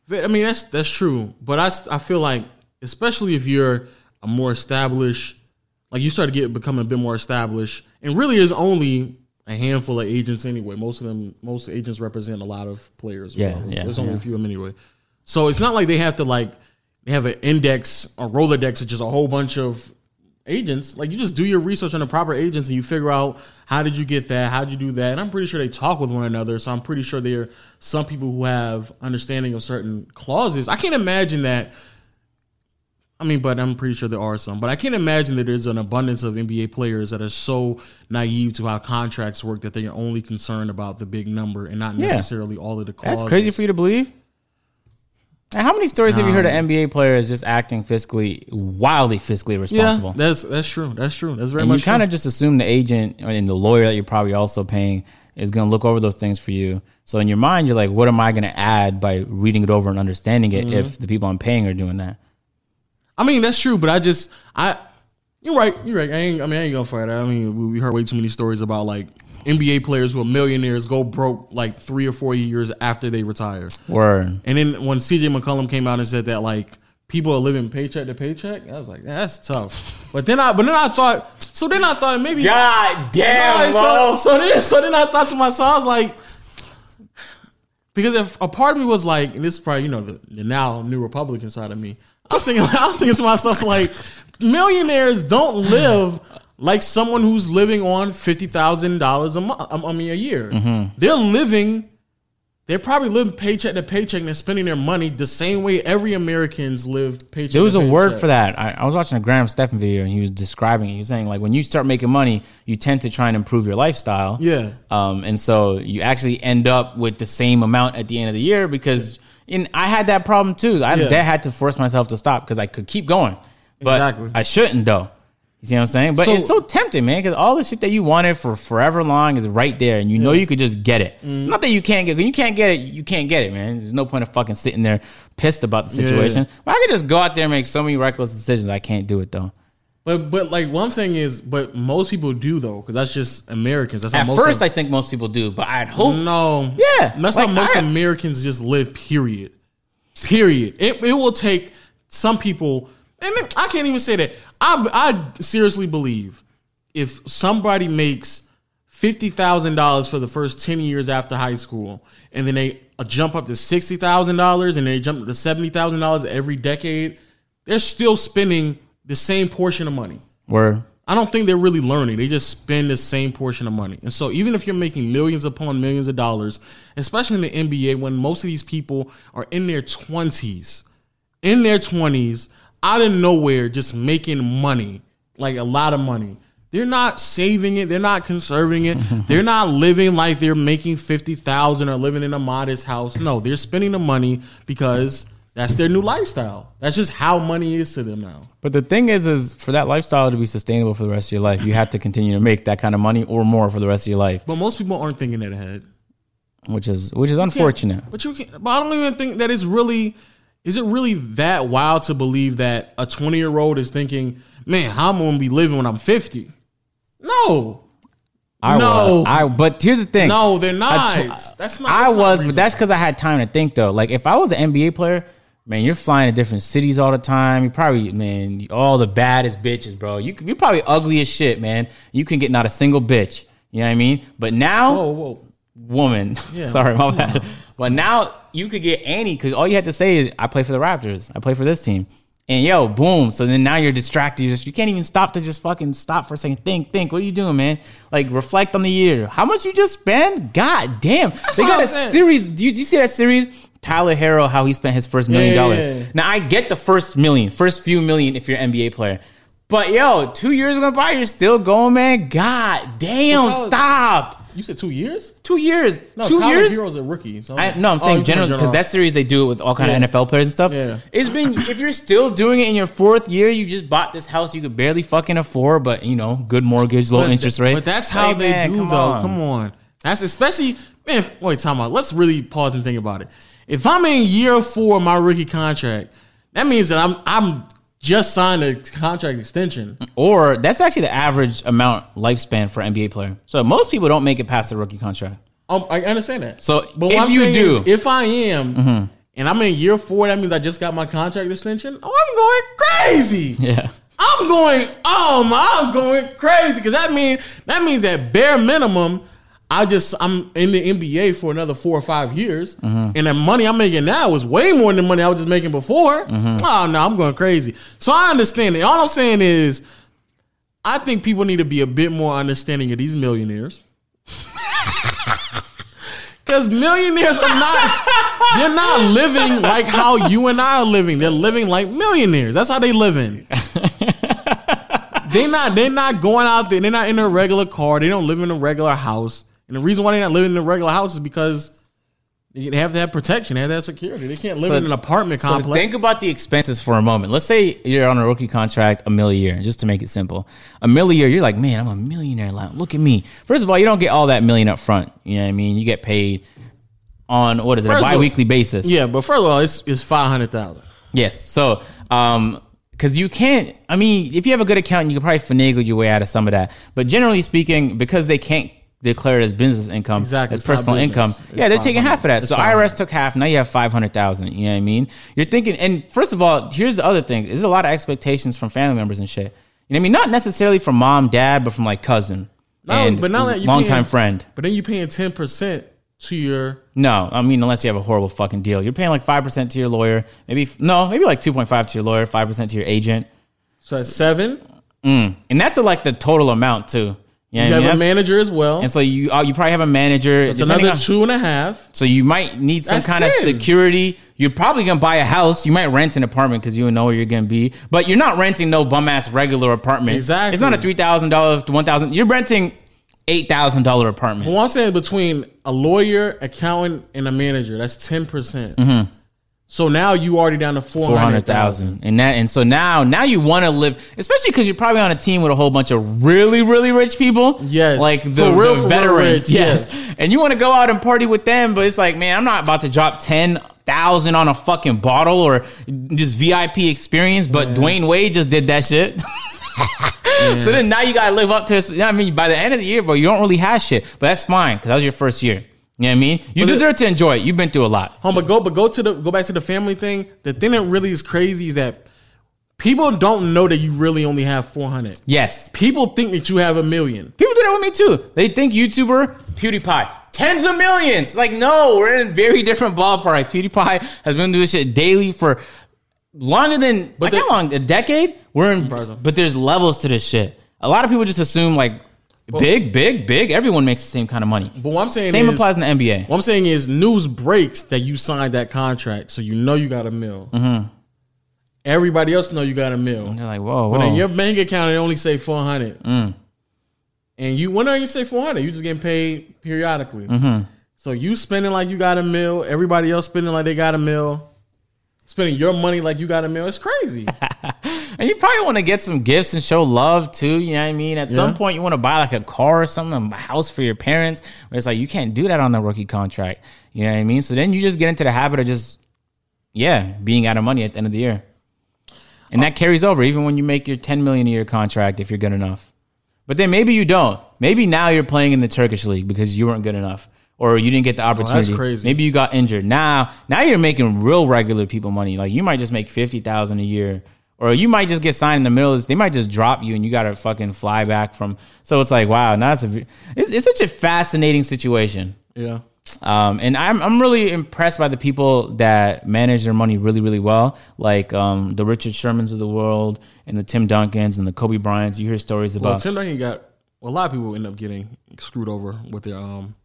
Speaker 2: I mean, that's that's true, but I s- I feel like especially if you're a more established, like you start to get become a bit more established, and really is only a handful of agents anyway. Most of them, most agents represent a lot of players.
Speaker 1: Yeah,
Speaker 2: So
Speaker 1: yeah,
Speaker 2: There's only a few of them anyway, so it's not like they have to like they have an index, a rolodex of just a whole bunch of agents. Like you just do your research on the proper agents and you figure out how did you get that, how did you do that. And I'm pretty sure they talk with one another. So I'm pretty sure there are some people who have understanding of certain clauses. I can't imagine that. I mean, but I'm pretty sure there are some. But I can't imagine that there's an abundance of NBA players that are so naive to how contracts work that they are only concerned about the big number and not necessarily all of the clauses.
Speaker 1: That's crazy for you to believe. And how many stories have you heard of NBA players just acting fiscally wildly fiscally
Speaker 2: Yeah,
Speaker 1: responsible?
Speaker 2: that's that's true. That's true. That's very
Speaker 1: and
Speaker 2: much
Speaker 1: you kind of just assume the agent and the lawyer that you're probably also paying is going to look over those things for you. So in your mind, you're like, what am I going to add by reading it over and understanding it
Speaker 2: Mm-hmm.
Speaker 1: if the people I'm paying are doing that?
Speaker 2: I mean, that's true, but I just I you're right, you're right. I ain't I mean I ain't gonna fight that. I mean we, we heard way too many stories about like NBA players who are millionaires go broke like three or four years after they retire.
Speaker 1: Word.
Speaker 2: And then when CJ McCollum came out and said that like people are living paycheck to paycheck, I was like, that's tough. But then I but then I thought so then I thought maybe
Speaker 1: God
Speaker 2: Right,
Speaker 1: damn,
Speaker 2: so, so then, so then I thought to myself, I was like, because if a part of me was like, and this is probably you know the, the now new Republican side of me, I was thinking, I was thinking to myself like, millionaires don't live like someone who's
Speaker 1: Mm-hmm.
Speaker 2: living on fifty thousand dollars a month. I mean, a year. They're living. They They're probably living paycheck to paycheck and they're spending their money the same way every Americans live paycheck.
Speaker 1: There was
Speaker 2: to
Speaker 1: a word
Speaker 2: paycheck.
Speaker 1: for that. I, I was watching a Graham Stephan video and he was describing it. He was saying like when you start making money, you tend to try and improve your lifestyle.
Speaker 2: Yeah.
Speaker 1: Um, and so you actually end up with the same amount at the end of the year because and I had that problem too. I
Speaker 2: Yeah.
Speaker 1: that had to force myself to stop because I could keep going. But
Speaker 2: Exactly.
Speaker 1: I shouldn't though. You see what I'm saying? But
Speaker 2: So-
Speaker 1: it's so tempting, man, because all the shit that you wanted for forever long is right there, and you know you could just get it.
Speaker 2: Mm.
Speaker 1: It's not that you can't get, when you can't get it, you can't get it, man. There's no point of fucking sitting there pissed about the
Speaker 2: Yeah.
Speaker 1: situation. But I could just go out there and make so many reckless decisions. I can't do it though.
Speaker 2: But but like what I'm saying is, but most people do though, because that's just Americans. That's
Speaker 1: At
Speaker 2: how most
Speaker 1: first,
Speaker 2: of, Mm.
Speaker 1: I think most people do, but I'd hope
Speaker 2: no,
Speaker 1: Yeah,
Speaker 2: that's
Speaker 1: like,
Speaker 2: how most
Speaker 1: I-
Speaker 2: Americans just live. Period. Period. It, it will take some people, and then- I can't even say that. I I seriously believe if somebody makes fifty thousand dollars for the first ten years after high school, and then they uh, jump up to sixty thousand dollars, and they jump up to seventy thousand dollars every decade, they're still spending the same portion of money.
Speaker 1: where
Speaker 2: I don't think they're really learning. They just spend the same portion of money. And so even if you're making millions upon millions of dollars, especially in the NBA when most of these people are in their 20s, in their 20s, out of nowhere just making money, like a lot of money. They're not saving it, they're not conserving it. they're not living like they're making 50,000 or living in a modest house. No, they're spending the money because that's their new lifestyle. That's just how money is to them now.
Speaker 1: But the thing is, is for that lifestyle to be sustainable for the rest of your life, you have to continue to make that kind of money or more for the rest of your life,
Speaker 2: But most people aren't thinking that ahead.
Speaker 1: which is which is unfortunate.
Speaker 2: But you can't. But I don't even think that it's really. Is it really that wild to believe that a twenty year old is thinking, "Man, how am I gonna be living when I'm 50? No,
Speaker 1: I
Speaker 2: No.
Speaker 1: was, I but here's the thing.
Speaker 2: no, they're not.
Speaker 1: I-
Speaker 2: that's not.
Speaker 1: I
Speaker 2: that's not
Speaker 1: was, but
Speaker 2: reasonable.
Speaker 1: that's because I had time to think though. Like if I was an NBA player, man, you're flying to different cities all the time. You probably, man, you- all the baddest bitches, bro. You you probably ugly as shit, man. You can get not a single bitch. You know what I mean? But now,
Speaker 2: Whoa, Oh, whoa.
Speaker 1: woman, sorry, my bad. But now you could get any because all you had to say is, "I play for the Raptors. I play for this team." And yo, boom! So then now you're distracted. You just you can't even stop to just fucking stop for a second. Think, think. What are you doing, man? Like reflect on the year. How much you just spend? God damn! they
Speaker 2: what
Speaker 1: got
Speaker 2: I'm
Speaker 1: a
Speaker 2: saying.
Speaker 1: series. Do you, do you see that series? Tyler Harrow, how he spent his first million
Speaker 2: yeah,
Speaker 1: dollars.
Speaker 2: yeah.
Speaker 1: Now I get the first million, first few million if you're an NBA player. But yo, two years gonna by, you're still going, man. God damn!
Speaker 2: Tyler-
Speaker 1: Stop.
Speaker 2: You said two years?
Speaker 1: Two years.
Speaker 2: No,
Speaker 1: two
Speaker 2: Tyler
Speaker 1: years.
Speaker 2: Hero's a rookie. So
Speaker 1: I, no, I'm
Speaker 2: Oh, you
Speaker 1: saying
Speaker 2: mean
Speaker 1: general because that series they do it with all kind
Speaker 2: Yeah.
Speaker 1: of NFL players and stuff.
Speaker 2: Yeah.
Speaker 1: It's been if you're still doing it in your fourth year, you just bought this house you could barely fucking afford, but you know, good mortgage, low
Speaker 2: But-
Speaker 1: interest rate.
Speaker 2: But that's how
Speaker 1: Like,
Speaker 2: they
Speaker 1: man,
Speaker 2: do
Speaker 1: come
Speaker 2: though.
Speaker 1: on.
Speaker 2: Come on. That's especially man. if- Wait, time out. Let's really pause and think about it. If I'm in year four of my rookie contract, that means that I'm I'm just signed a contract extension.
Speaker 1: Or that's actually the average amount lifespan for an NBA player. So most people don't make it past the rookie contract.
Speaker 2: Um, I understand that.
Speaker 1: So
Speaker 2: what
Speaker 1: if
Speaker 2: I'm
Speaker 1: you
Speaker 2: saying
Speaker 1: do- Mm-hmm.
Speaker 2: is, if I am, and I'm in year four, that means I just got my contract extension. Oh, I'm going crazy.
Speaker 1: Yeah.
Speaker 2: I'm going, oh my, I'm going crazy because that mean that means that bare minimum, I just I'm in the NBA for another four or five years,
Speaker 1: Mm-hmm.
Speaker 2: and the money I'm making now is way more than the money I was just making before.
Speaker 1: Mm-hmm.
Speaker 2: Oh no, I'm going crazy. So I understand it. All I'm saying is, I think people need to be a bit more understanding of these millionaires. Because millionaires are not, they're not living like how you and I are living. They're living like millionaires. That's how they living. They not they not going out there. They're not in a regular car. They don't live in a regular house. And the reason why they're not living in a regular house is because they have to have protection. They have to have security. They can't live
Speaker 1: So-
Speaker 2: in an apartment
Speaker 1: So
Speaker 2: complex.
Speaker 1: think about the expenses for a moment. Let's say you're on a rookie contract, a mil a year, just to make it simple. A mil a year, you're like, man, I'm a millionaire. Now. Look at me. First of all, you don't get all that million up front. You know what I mean? You get paid on what is it,
Speaker 2: First
Speaker 1: a
Speaker 2: of all-
Speaker 1: bi-weekly basis.
Speaker 2: yeah, but first of all, it's it's five hundred thousand.
Speaker 1: Yes. So, um, because you can't, I mean, if you have a good accountant, you can probably finagle your way out of some of that. But generally speaking, because they can't declare it as business income,
Speaker 2: Exactly,
Speaker 1: as
Speaker 2: it's not
Speaker 1: personal
Speaker 2: business.
Speaker 1: income,
Speaker 2: It's
Speaker 1: yeah, they're taking
Speaker 2: 500.
Speaker 1: half of that.
Speaker 2: It's
Speaker 1: so
Speaker 2: 500.
Speaker 1: IRS took half. Now you have 500,000. You know what I mean? You're thinking, and first of all, here's the other thing there's a lot of expectations from family members and shit. You know what I mean? Not necessarily from mom, dad, but from like cousin.
Speaker 2: No,
Speaker 1: and
Speaker 2: but now that you
Speaker 1: longtime
Speaker 2: can't-
Speaker 1: friend.
Speaker 2: But then you're paying ten percent to your
Speaker 1: No, I mean unless you have a horrible fucking deal, you're paying like five percent to your lawyer. Maybe no, maybe like two point five to your lawyer, five percent to your agent.
Speaker 2: so that's seven.
Speaker 1: And that's like the total amount too. Yeah, I
Speaker 2: You
Speaker 1: mean,
Speaker 2: have a
Speaker 1: that's-
Speaker 2: manager as well.
Speaker 1: And so you uh, you probably have a manager.
Speaker 2: it's
Speaker 1: depending
Speaker 2: another
Speaker 1: on-
Speaker 2: two and a half.
Speaker 1: so you might need some
Speaker 2: That's
Speaker 1: kind of
Speaker 2: 10.
Speaker 1: security. You're probably gonna buy a house. You might rent an apartment because you don't know where you're gonna be. But you're not renting no bum ass regular apartment.
Speaker 2: Exactly.
Speaker 1: It's not a three thousand dollars to one thousand. You're renting eight thousand dollar apartment.
Speaker 2: Well, I'm saying between a lawyer, accountant, and a manager, that's ten percent. So now you already down to four
Speaker 1: Mm-hmm. four
Speaker 2: hundred
Speaker 1: hundred
Speaker 2: thousand.
Speaker 1: thousand, and that, and so now, now you want to live, especially because you're probably on a team with a whole bunch of really, really rich people.
Speaker 2: Yes.
Speaker 1: like the,
Speaker 2: For real,
Speaker 1: the
Speaker 2: for real
Speaker 1: veterans.
Speaker 2: rich,
Speaker 1: yes, and you want to go out and party with them, but it's like, man, I'm not about to drop ten thousand on a fucking bottle or this VIP experience. But Dwayne Wade just did that shit. So then now you gotta live up to this. You know what I mean, by the end of the year, bro, you don't really have shit, but that's fine because that was your first year. You know what I mean? You
Speaker 2: But it-
Speaker 1: deserve to enjoy it. You've been through a lot.
Speaker 2: Um, but go, but go to the go back to the family thing. The thing that really is crazy is that people don't know that you really only have four hundred.
Speaker 1: Yes.
Speaker 2: People think that you have a million.
Speaker 1: People do that with me too. They think YouTuber PewDiePie tens of millions. It's like no, we're in very different ballparks. PewDiePie has been doing shit daily for longer than but
Speaker 2: they-
Speaker 1: how long? A decade? We're in,
Speaker 2: Bro.
Speaker 1: but there's levels to this shit. A lot of people just assume like big, big, big. Everyone makes the same kind of money.
Speaker 2: But what I'm saying
Speaker 1: Same
Speaker 2: is,
Speaker 1: applies in the NBA.
Speaker 2: What I'm saying is, news breaks that you signed that contract, so you know you got a mill.
Speaker 1: Mm-hmm.
Speaker 2: Everybody else know you got a mill.
Speaker 1: They're like, whoa,
Speaker 2: But in
Speaker 1: whoa.
Speaker 2: your bank account, it only say four hundred. And you, when are you say four hundred? You just getting paid periodically. So you spending like you got a mill. Everybody else spending like they got a mill. Spending your money like you got a mill. It's crazy.
Speaker 1: And you probably want to get some gifts and show love too. You know what I mean? At some
Speaker 2: Yeah.
Speaker 1: point, you want to buy like a car or something, a house for your parents. But it's like you can't do that on the rookie contract. You know what I mean? So then you just get into the habit of just, yeah, being out of money at the end of the year, and that carries over even when you make your ten million a year contract if you're good enough. But then maybe you don't. Maybe now you're playing in the Turkish league because you weren't good enough. Or you didn't get the opportunity.
Speaker 2: crazy.
Speaker 1: Maybe you got injured. Now, now you're making real regular people money. Like you might just make fifty thousand a year, or you might just get signed in the middle. of this- They might just drop you, and you got to fucking fly back from. So it's like, wow, now it's a, it's, it's such a fascinating situation.
Speaker 2: yeah.
Speaker 1: Um, and I'm I'm really impressed by the people that manage their money really really well, like um, the Richard Shermans of the world and the Tim Duncans and the Kobe Bryants. You hear stories about
Speaker 2: Well, Tim Duncan got. Well, a lot of people end up getting screwed over with their um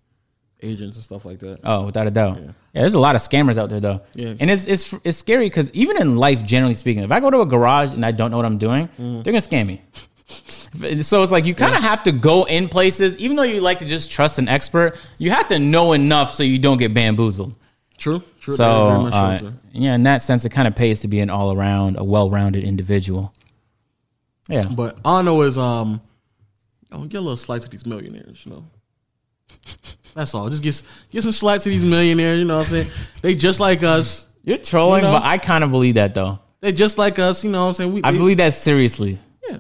Speaker 2: agents and stuff like that.
Speaker 1: Oh, without a doubt. Yeah. there's a lot of scammers out there though.
Speaker 2: Yeah.
Speaker 1: And it's it's it's scary because even in life, generally speaking, if I go to a garage and I don't know what I'm doing,
Speaker 2: Mm.
Speaker 1: they're gonna scam me. so it's like you kind of have to go in places, even though you like to just trust an expert. You have to know enough so you don't get bamboozled.
Speaker 2: True. True.
Speaker 1: So
Speaker 2: That is very much true,
Speaker 1: uh,
Speaker 2: true.
Speaker 1: yeah, in that sense, it kind of pays to be an all around, a well rounded individual. Yeah,
Speaker 2: But all I know is um, oh, get a little slight to these millionaires, you know. That's all. Just get get some slight to these millionaires. You know what I'm saying? They just like us.
Speaker 1: you're trolling,
Speaker 2: You know?
Speaker 1: but I kind of believe that though.
Speaker 2: They just like us. You know what I'm saying? We,
Speaker 1: I
Speaker 2: we-
Speaker 1: believe that seriously.
Speaker 2: Yeah.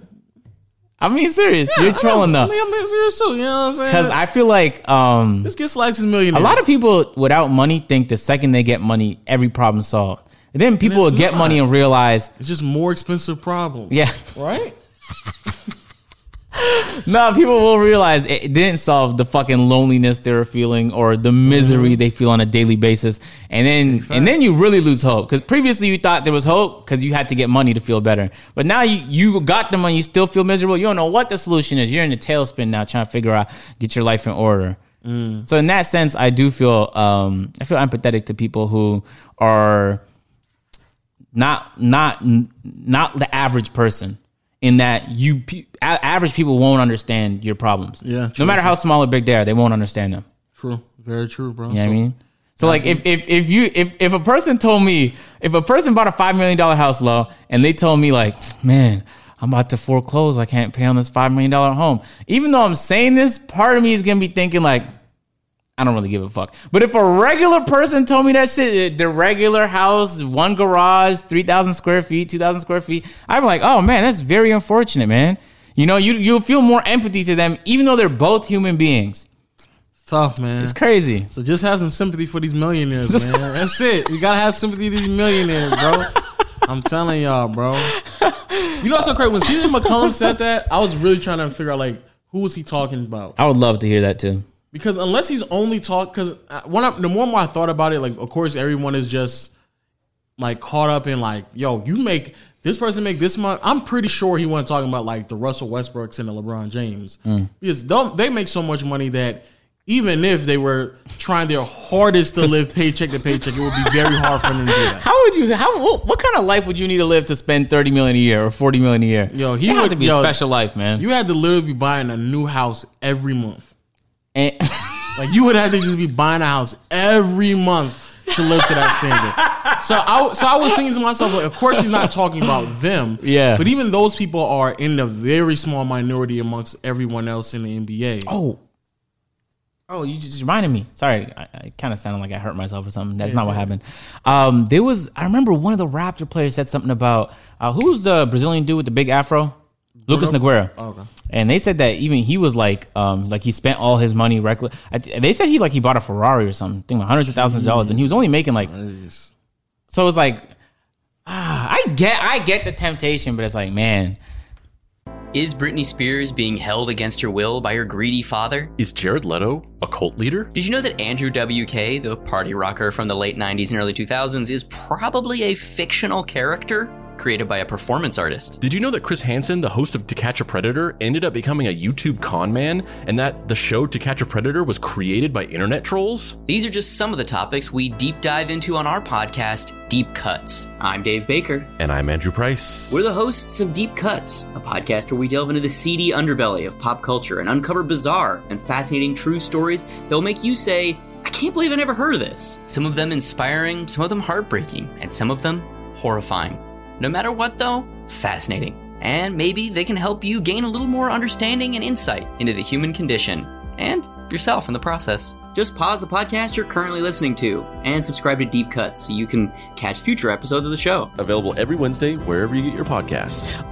Speaker 1: I mean, serious.
Speaker 2: Yeah,
Speaker 1: you're trolling
Speaker 2: I
Speaker 1: though.
Speaker 2: know. I mean, I'm being serious too. You know what I'm
Speaker 1: Because
Speaker 2: saying?
Speaker 1: I feel like um,
Speaker 2: Just get slight to these millionaires.
Speaker 1: A lot of people without money think the second they get money, every problem solved. And then people will
Speaker 2: it's
Speaker 1: get
Speaker 2: not.
Speaker 1: money and realize,
Speaker 2: it's just more expensive problem.
Speaker 1: yeah,
Speaker 2: Right.
Speaker 1: no, people will realize it didn't solve the fucking loneliness they were feeling or the misery they feel on a daily basis. And then and then you really lose hope because previously you thought there was hope because you had to get money to feel better. But now you you got the money, you still feel miserable. You don't know what the solution is. You're in a tailspin now, trying to figure out get your life in order. So in that sense, I do feel um, I feel empathetic to people who are not not not the average person in that you pe- a- average people won't understand your problems.
Speaker 2: Yeah,
Speaker 1: no
Speaker 2: true,
Speaker 1: matter how small or big they are, they won't understand them.
Speaker 2: True. Very true, bro.
Speaker 1: You know what I mean? So like if if if you if if a person told me if a person bought a five million dollar house low and they told me like man I'm about to foreclose I can't pay on this five million dollar home even though I'm saying this part of me is gonna be thinking like I don't really give a fuck but if a regular person told me that shit eh, the regular house one garage three thousand square feet two thousand square feet I'm like oh man that's very unfortunate man you know you you'll feel more empathy to them even though they're both human beings
Speaker 2: It's tough, man.
Speaker 1: it's crazy
Speaker 2: so just have some sympathy for these millionaires, man. That's it. You gotta have sympathy for these millionaires, bro. I'm telling y'all, bro. You know what's so crazy? When CJ McCollum said that, I was really trying to figure out like who was he talking about.
Speaker 1: I would love to hear that too.
Speaker 2: because unless he's only talk because when I, the more and more I thought about it, like of course everyone is just like caught up in like yo, you make This person make this much. I'm pretty sure he wasn't talking about like the Russell Westbrooks and the LeBron James because don't they make so much money that even if they were trying their hardest to live paycheck to paycheck, it would be very hard for them to do that.
Speaker 1: How would you? How what, what kind of life would you need to live to spend thirty million a year or forty million a year?
Speaker 2: Yo, he
Speaker 1: It had
Speaker 2: would-
Speaker 1: to be
Speaker 2: yo,
Speaker 1: a special life, man.
Speaker 2: You had to literally be buying a new house every month.
Speaker 1: and,
Speaker 2: Like you would have to just be buying a house every month to live to that standard. So I so I was thinking to myself, like, of course he's not talking about them.
Speaker 1: Yeah.
Speaker 2: But even those people are in the very small minority amongst everyone else in the NBA.
Speaker 1: oh, oh, you just reminded me. Sorry, I, I kind of sounded like I hurt myself or something. That's not what happened. Um, there was. I remember one of the Raptor players said something about uh, who was the Brazilian dude with the big afro, Lucas Nogueira.
Speaker 2: Okay.
Speaker 1: And they said that even he was like, um, like he spent all his money reckless. I th- They said he like he bought a Ferrari or something, thing with hundreds of thousands of dollars, and he was only making like
Speaker 2: Jeez.
Speaker 1: So it's like, ah, I get, I get the temptation, but it's like, man,
Speaker 3: Is Britney Spears being held against her will by her greedy father?
Speaker 4: Is Jared Leto a cult leader?
Speaker 3: Did you know that Andrew W.K., the party rocker from the late 90s and early 2000s, is probably a fictional character created by a performance artist?
Speaker 4: Did you know that Chris Hansen, the host of To Catch a Predator, ended up becoming a YouTube con man and that the show To Catch a Predator was created by internet trolls?
Speaker 3: These are just some of the topics we deep dive into on our podcast, Deep Cuts. I'm Dave Baker.
Speaker 4: And I'm Andrew Price.
Speaker 3: We're the hosts of Deep Cuts, a podcast where we delve into the seedy underbelly of pop culture and uncover bizarre and fascinating true stories that'll make you say, I can't believe I never heard of this. Some of them inspiring, some of them heartbreaking, and some of them horrifying. No matter what, though, fascinating. And maybe they can help you gain a little more understanding and insight into the human condition and yourself in the process. Just pause the podcast you're currently listening to and subscribe to Deep Cuts so you can catch future episodes of the show.
Speaker 4: Available every Wednesday wherever you get your podcasts.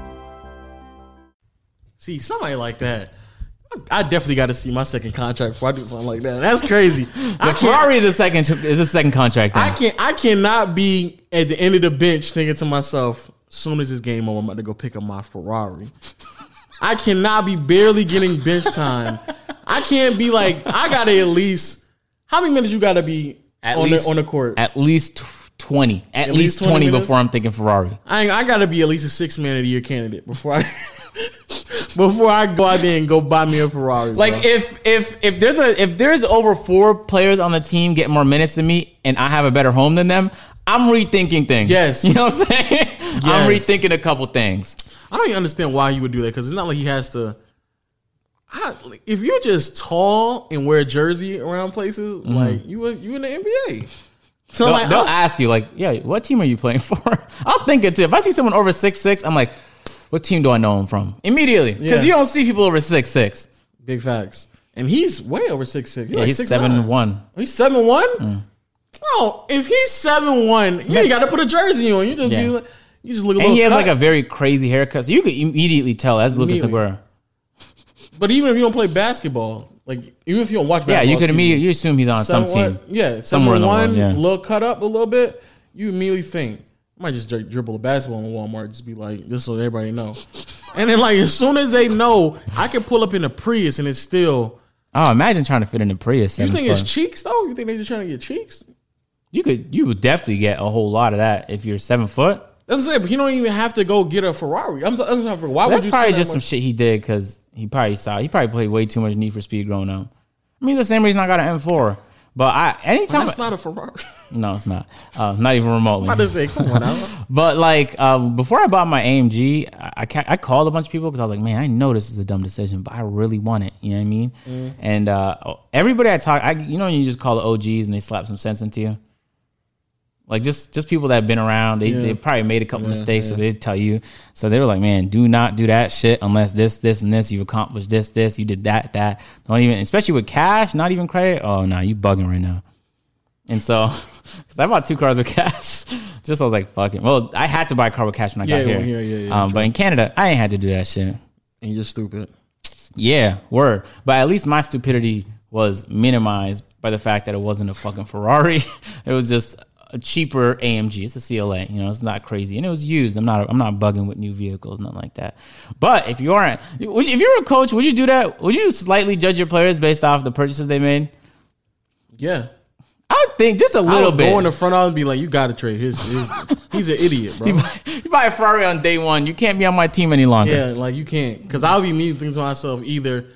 Speaker 2: See, somebody like that. I definitely got to see my second contract before I do something like that. That's crazy. I
Speaker 1: the
Speaker 2: can't-
Speaker 1: Ferrari is a second, is a second contract.
Speaker 2: I
Speaker 1: Thing.
Speaker 2: can't. I cannot be at the end of the bench thinking to myself, "Soon as this game over, I'm about to go pick up my Ferrari." I cannot be barely getting bench time. I can't be like I gotta at least. How many minutes you gotta be
Speaker 1: At
Speaker 2: on
Speaker 1: least-
Speaker 2: the on the court?
Speaker 1: At least twenty, at,
Speaker 2: least
Speaker 1: least
Speaker 2: 20
Speaker 1: twenty,
Speaker 2: minutes?
Speaker 1: before I'm thinking Ferrari.
Speaker 2: I ain't- I gotta be at least a six man of the year candidate before I before I go out there and go buy me a Ferrari.
Speaker 1: Like
Speaker 2: bro.
Speaker 1: if if if there's a if there's over four players on the team get more minutes than me, and I have a better home than them, I'm rethinking things.
Speaker 2: Yes.
Speaker 1: you know what I'm saying. I'm
Speaker 2: Yes.
Speaker 1: rethinking a couple things.
Speaker 2: I don't even understand why you would do that because it's not like he has to. I, like, if you're just tall and wear a jersey around places,
Speaker 1: Mm-hmm.
Speaker 2: like you were- you in the NBA. So
Speaker 1: They'll,
Speaker 2: like, oh.
Speaker 1: they'll
Speaker 2: I'm-
Speaker 1: ask you like, yeah, what team are you playing for? I'll think it too. If I see someone over six six, I'm like, what team do I know him from? Immediately, because
Speaker 2: Yeah.
Speaker 1: you don't see people over six six.
Speaker 2: big facts, and he's way over six six.
Speaker 1: Yeah, he's seven one. Mm.
Speaker 2: He's seven one. Oh, if he's seven one, you ain't got to put a jersey on. You just
Speaker 1: Yeah.
Speaker 2: be like, you just look. A
Speaker 1: And he has
Speaker 2: cut.
Speaker 1: like a very crazy haircut, so you could immediately tell that's Lucas
Speaker 2: Immediately.
Speaker 1: Nogueira.
Speaker 2: But even if you don't play basketball, like even if you don't watch,
Speaker 1: Yeah,
Speaker 2: basketball,
Speaker 1: you could
Speaker 2: excuse me,
Speaker 1: immediately you assume he's on some team.
Speaker 2: Somewhat- Yeah,
Speaker 1: Somewhere
Speaker 2: somewhere
Speaker 1: in the
Speaker 2: one,
Speaker 1: world, yeah.
Speaker 2: little cut up a little bit. You immediately think, I might just dri- dribble a basketball in Walmart, just be like, just so everybody know. And then like as soon as they know, I can pull up in a Prius and it's still.
Speaker 1: Oh, imagine trying to fit in a Prius.
Speaker 2: You
Speaker 1: and
Speaker 2: think it's
Speaker 1: fuck.
Speaker 2: cheeks though? You think they just trying to get cheeks?
Speaker 1: you could you would definitely get a whole lot of that if you're seven foot.
Speaker 2: That's what I'm saying. But you don't even have to go get a Ferrari. I'm, I'm sorry, why would
Speaker 1: That's
Speaker 2: you?
Speaker 1: probably
Speaker 2: spend that
Speaker 1: just some
Speaker 2: much-
Speaker 1: shit he did because he probably saw he probably played way too much Need for Speed growing up. I mean, the same reason I got an M4. But I anytime
Speaker 2: That's not a Ferrari.
Speaker 1: No, it's not. Uh, not even remotely.
Speaker 2: I just say, come on, Alan.
Speaker 1: But like um, before I bought my AMG, I I, ca- I called a bunch of people because I was like, man, I know this is a dumb decision, but I really want it. You know what I mean?
Speaker 2: Mm.
Speaker 1: And uh, everybody I talk, I you know, when you just call the OGs and they slap some sense into you. Like just just people that have been around, they, they probably made a couple mistakes, so they tell you. So they were like, man, do not do that shit unless this, this, and this. You accomplished this, this. You did that, that. Don't even, especially with cash, not even credit. Oh no, you bugging right now. And so, because I bought two cars with cash, just I was like, fuck it. Well, I had to buy a car with cash when I
Speaker 2: Yeah,
Speaker 1: got here.
Speaker 2: well, yeah, yeah, yeah,
Speaker 1: um, but in Canada, I ain't had to do that shit.
Speaker 2: And you're stupid.
Speaker 1: Yeah, word. But at least my stupidity was minimized by the fact that it wasn't a fucking Ferrari. it was just a cheaper AMG. It's a CLA. You know, it's not crazy, and it was used. I'm not. I'm not bugging with new vehicles, nothing like that. But if you aren't, would you- if you were a coach, would you do that? Would you slightly judge your players based off the purchases they made?
Speaker 2: Yeah.
Speaker 1: I think just a
Speaker 2: I
Speaker 1: little
Speaker 2: would
Speaker 1: bit.
Speaker 2: Go in the front office and be like, you got to trade his. his he's an idiot, bro.
Speaker 1: you buy a Ferrari on day one. You can't be on my team any longer.
Speaker 2: Yeah, like you can't. Because I'll be meaning things to myself either.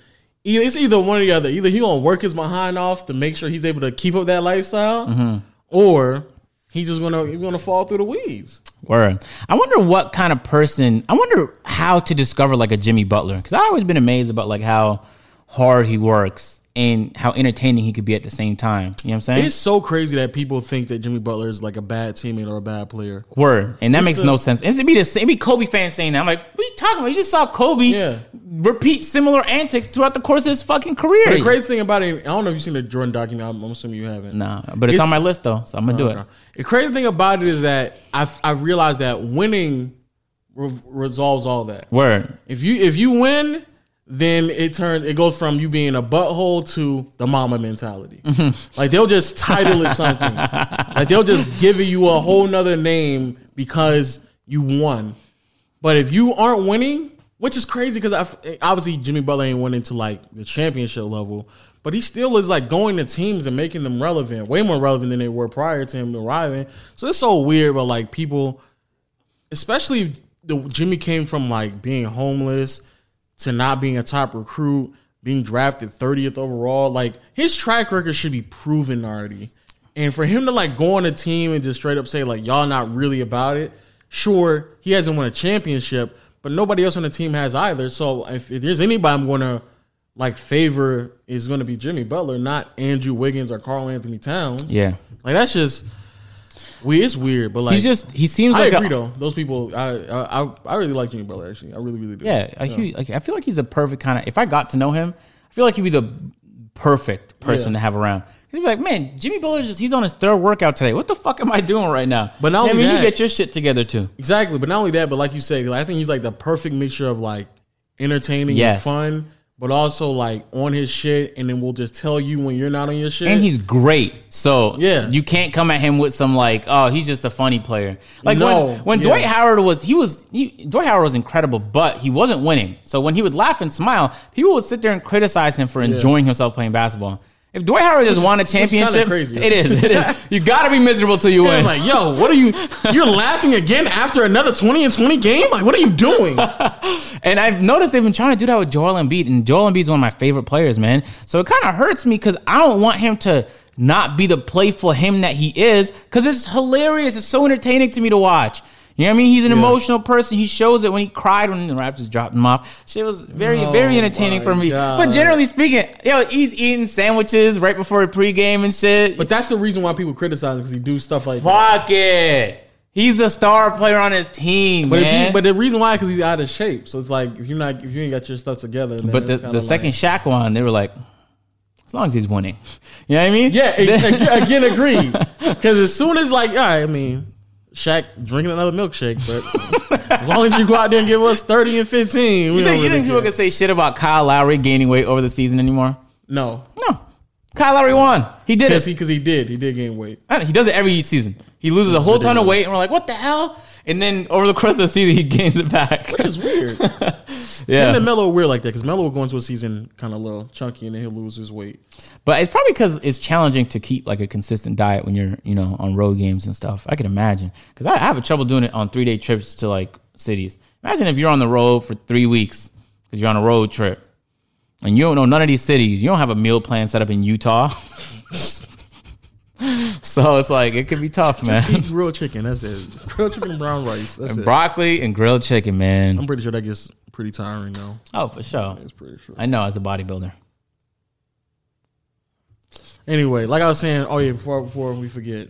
Speaker 2: Either it's either one or the other. Either he gonna work his behind off to make sure he's able to keep up that lifestyle, or he's just gonna he's gonna fall through the weeds.
Speaker 1: Word. I wonder what kind of person. I wonder how to discover like a Jimmy Butler because I've always been amazed about like how hard he works and how entertaining he could be at the same time. You know what I'm saying?
Speaker 2: It's so crazy that people think that Jimmy Butler is like a bad teammate or a bad player.
Speaker 1: Word. And that makes
Speaker 2: the-
Speaker 1: no sense. It'd be the same. It'd be Kobe fans saying that. I'm like, what are you talking about? You just saw Kobe
Speaker 2: Yeah.
Speaker 1: repeat similar antics throughout the course of his fucking career.
Speaker 2: The crazy thing about it, I don't know if you've seen the Jordan document. I'm, I'm assuming you haven't.
Speaker 1: Nah, but it's,
Speaker 2: It's- Oh,
Speaker 1: on my list though, so I'm gonna do it.
Speaker 2: The crazy thing about it is that I I realized that winning re- resolves all that.
Speaker 1: Word.
Speaker 2: If you if you win, then it turns it goes from you being a butthole to the mama mentality. Like they'll just title it something. like they'll just give you a whole nother name because you won. But if you aren't winning, which is crazy because obviously Jimmy Butler ain't winning to like the championship level, but he still is like going to teams and making them relevant, way more relevant than they were prior to him arriving. So it's so weird, but like people, especially the Jimmy came from like being homeless to not being a top recruit, being drafted 30th overall. Like his track record should be proven already. And for him to like go on a team and just straight up say like y'all not really about it. Sure, he hasn't won a championship, but nobody else on the team has either. So if, if there's anybody I'm going to like favor is going to be Jimmy Butler, not Andrew Wiggins or Carl Anthony Towns.
Speaker 1: Yeah.
Speaker 2: Like that's just we it's weird, but like
Speaker 1: He's just he seems
Speaker 2: I
Speaker 1: like uh,
Speaker 2: agree
Speaker 1: a,
Speaker 2: though. Those people, I, I I- I really like Jimmy Butler. Actually, I really really do.
Speaker 1: Yeah, a huge, like, I feel like he's a perfect kind of. If I got to know him, I feel like he'd be the perfect person
Speaker 2: Yeah.
Speaker 1: to have around. He'd be like, man, Jimmy Butler just—he's on his third workout today. What the fuck am I doing right now?
Speaker 2: But not
Speaker 1: You know
Speaker 2: only
Speaker 1: what I mean,
Speaker 2: that-
Speaker 1: you get your shit together too.
Speaker 2: exactly. But not only that, but like you say, like, I think he's like the perfect mixture of like entertaining
Speaker 1: Yes.
Speaker 2: and fun, but also like on his shit, and then we'll just tell you when you're not on your shit.
Speaker 1: And he's great, so
Speaker 2: Yeah.
Speaker 1: you can't come at him with some like, oh, he's just a funny player. Like
Speaker 2: No,
Speaker 1: when when
Speaker 2: yeah.
Speaker 1: Dwight Howard was, he was he, Dwight Howard was incredible, but he wasn't winning. So when he would laugh and smile, people would sit there and criticize him for enjoying himself playing basketball. If Dwight Howard just won a
Speaker 2: kinda
Speaker 1: championship,
Speaker 2: crazy.
Speaker 1: it is. It is. You got to be miserable till you win.
Speaker 2: I'm like, yo, what are you? You're laughing again after another twenty and twenty game? Like, what are you doing?
Speaker 1: And I've noticed they've been trying to do that with Joel Embiid, and Joel Embiid's one of my favorite players, man. So it kind of hurts me because I don't want him to not be the playful him that he is because it's hilarious. It's so entertaining to me to watch. You know what I mean? He's an emotional person. He shows it when he cried when the Raptors dropped him off. Shit was very, very entertaining
Speaker 2: Oh my
Speaker 1: for me.
Speaker 2: God.
Speaker 1: But generally speaking, yo, he's eating sandwiches right before a pregame and shit.
Speaker 2: But that's the reason why people criticize him because he do stuff like that.
Speaker 1: Fuck it. He's the star player on his team,
Speaker 2: But, if
Speaker 1: man.
Speaker 2: he, but the reason why because he's out of shape. So it's like if you're not if you ain't got your stuff together. then
Speaker 1: But the,
Speaker 2: it's kinda
Speaker 1: the
Speaker 2: like-
Speaker 1: second Shaq one, they were like, as long as he's winning. You know what I mean?
Speaker 2: Yeah, ex- ag- again, agreed. Because as soon as like, all right, I mean, Shaq drinking another milkshake, but as long as you go out there and give us thirty and fifteen, we
Speaker 1: You
Speaker 2: don't
Speaker 1: think, you
Speaker 2: really
Speaker 1: think people
Speaker 2: care.
Speaker 1: can say shit about Kyle Lowry gaining weight over the season anymore?
Speaker 2: no,
Speaker 1: No. Kyle Lowry won. He did
Speaker 2: because
Speaker 1: it.
Speaker 2: he because he did he did gain weight.
Speaker 1: I don't- He does it every season. He loses a whole ton of
Speaker 2: ridiculous.
Speaker 1: weight, and we're like, what the hell? And then over the course of the season, he gains it back.
Speaker 2: Which is weird. And then
Speaker 1: yeah.
Speaker 2: Melo weird like that because Melo will go into a season kind of little chunky and then he'll lose his weight.
Speaker 1: But it's probably because it's challenging to keep like a consistent diet when you're, you know, on road games and stuff. I can imagine. Because I, I have trouble doing it on three day trips to like cities. Imagine if you're on the road for three weeks because you're on a road trip and you don't know none of these cities. You don't have a meal plan set up in Utah. so it's like, it could be tough, man.
Speaker 2: Eat grilled chicken. That's it. Grilled chicken and brown rice. That's it.
Speaker 1: Broccoli and grilled chicken, man.
Speaker 2: I'm pretty sure that gets pretty tiring though.
Speaker 1: Oh, for sure.
Speaker 2: It's pretty sure.
Speaker 1: I know as a bodybuilder.
Speaker 2: Anyway, like I was saying, oh yeah, before before we forget,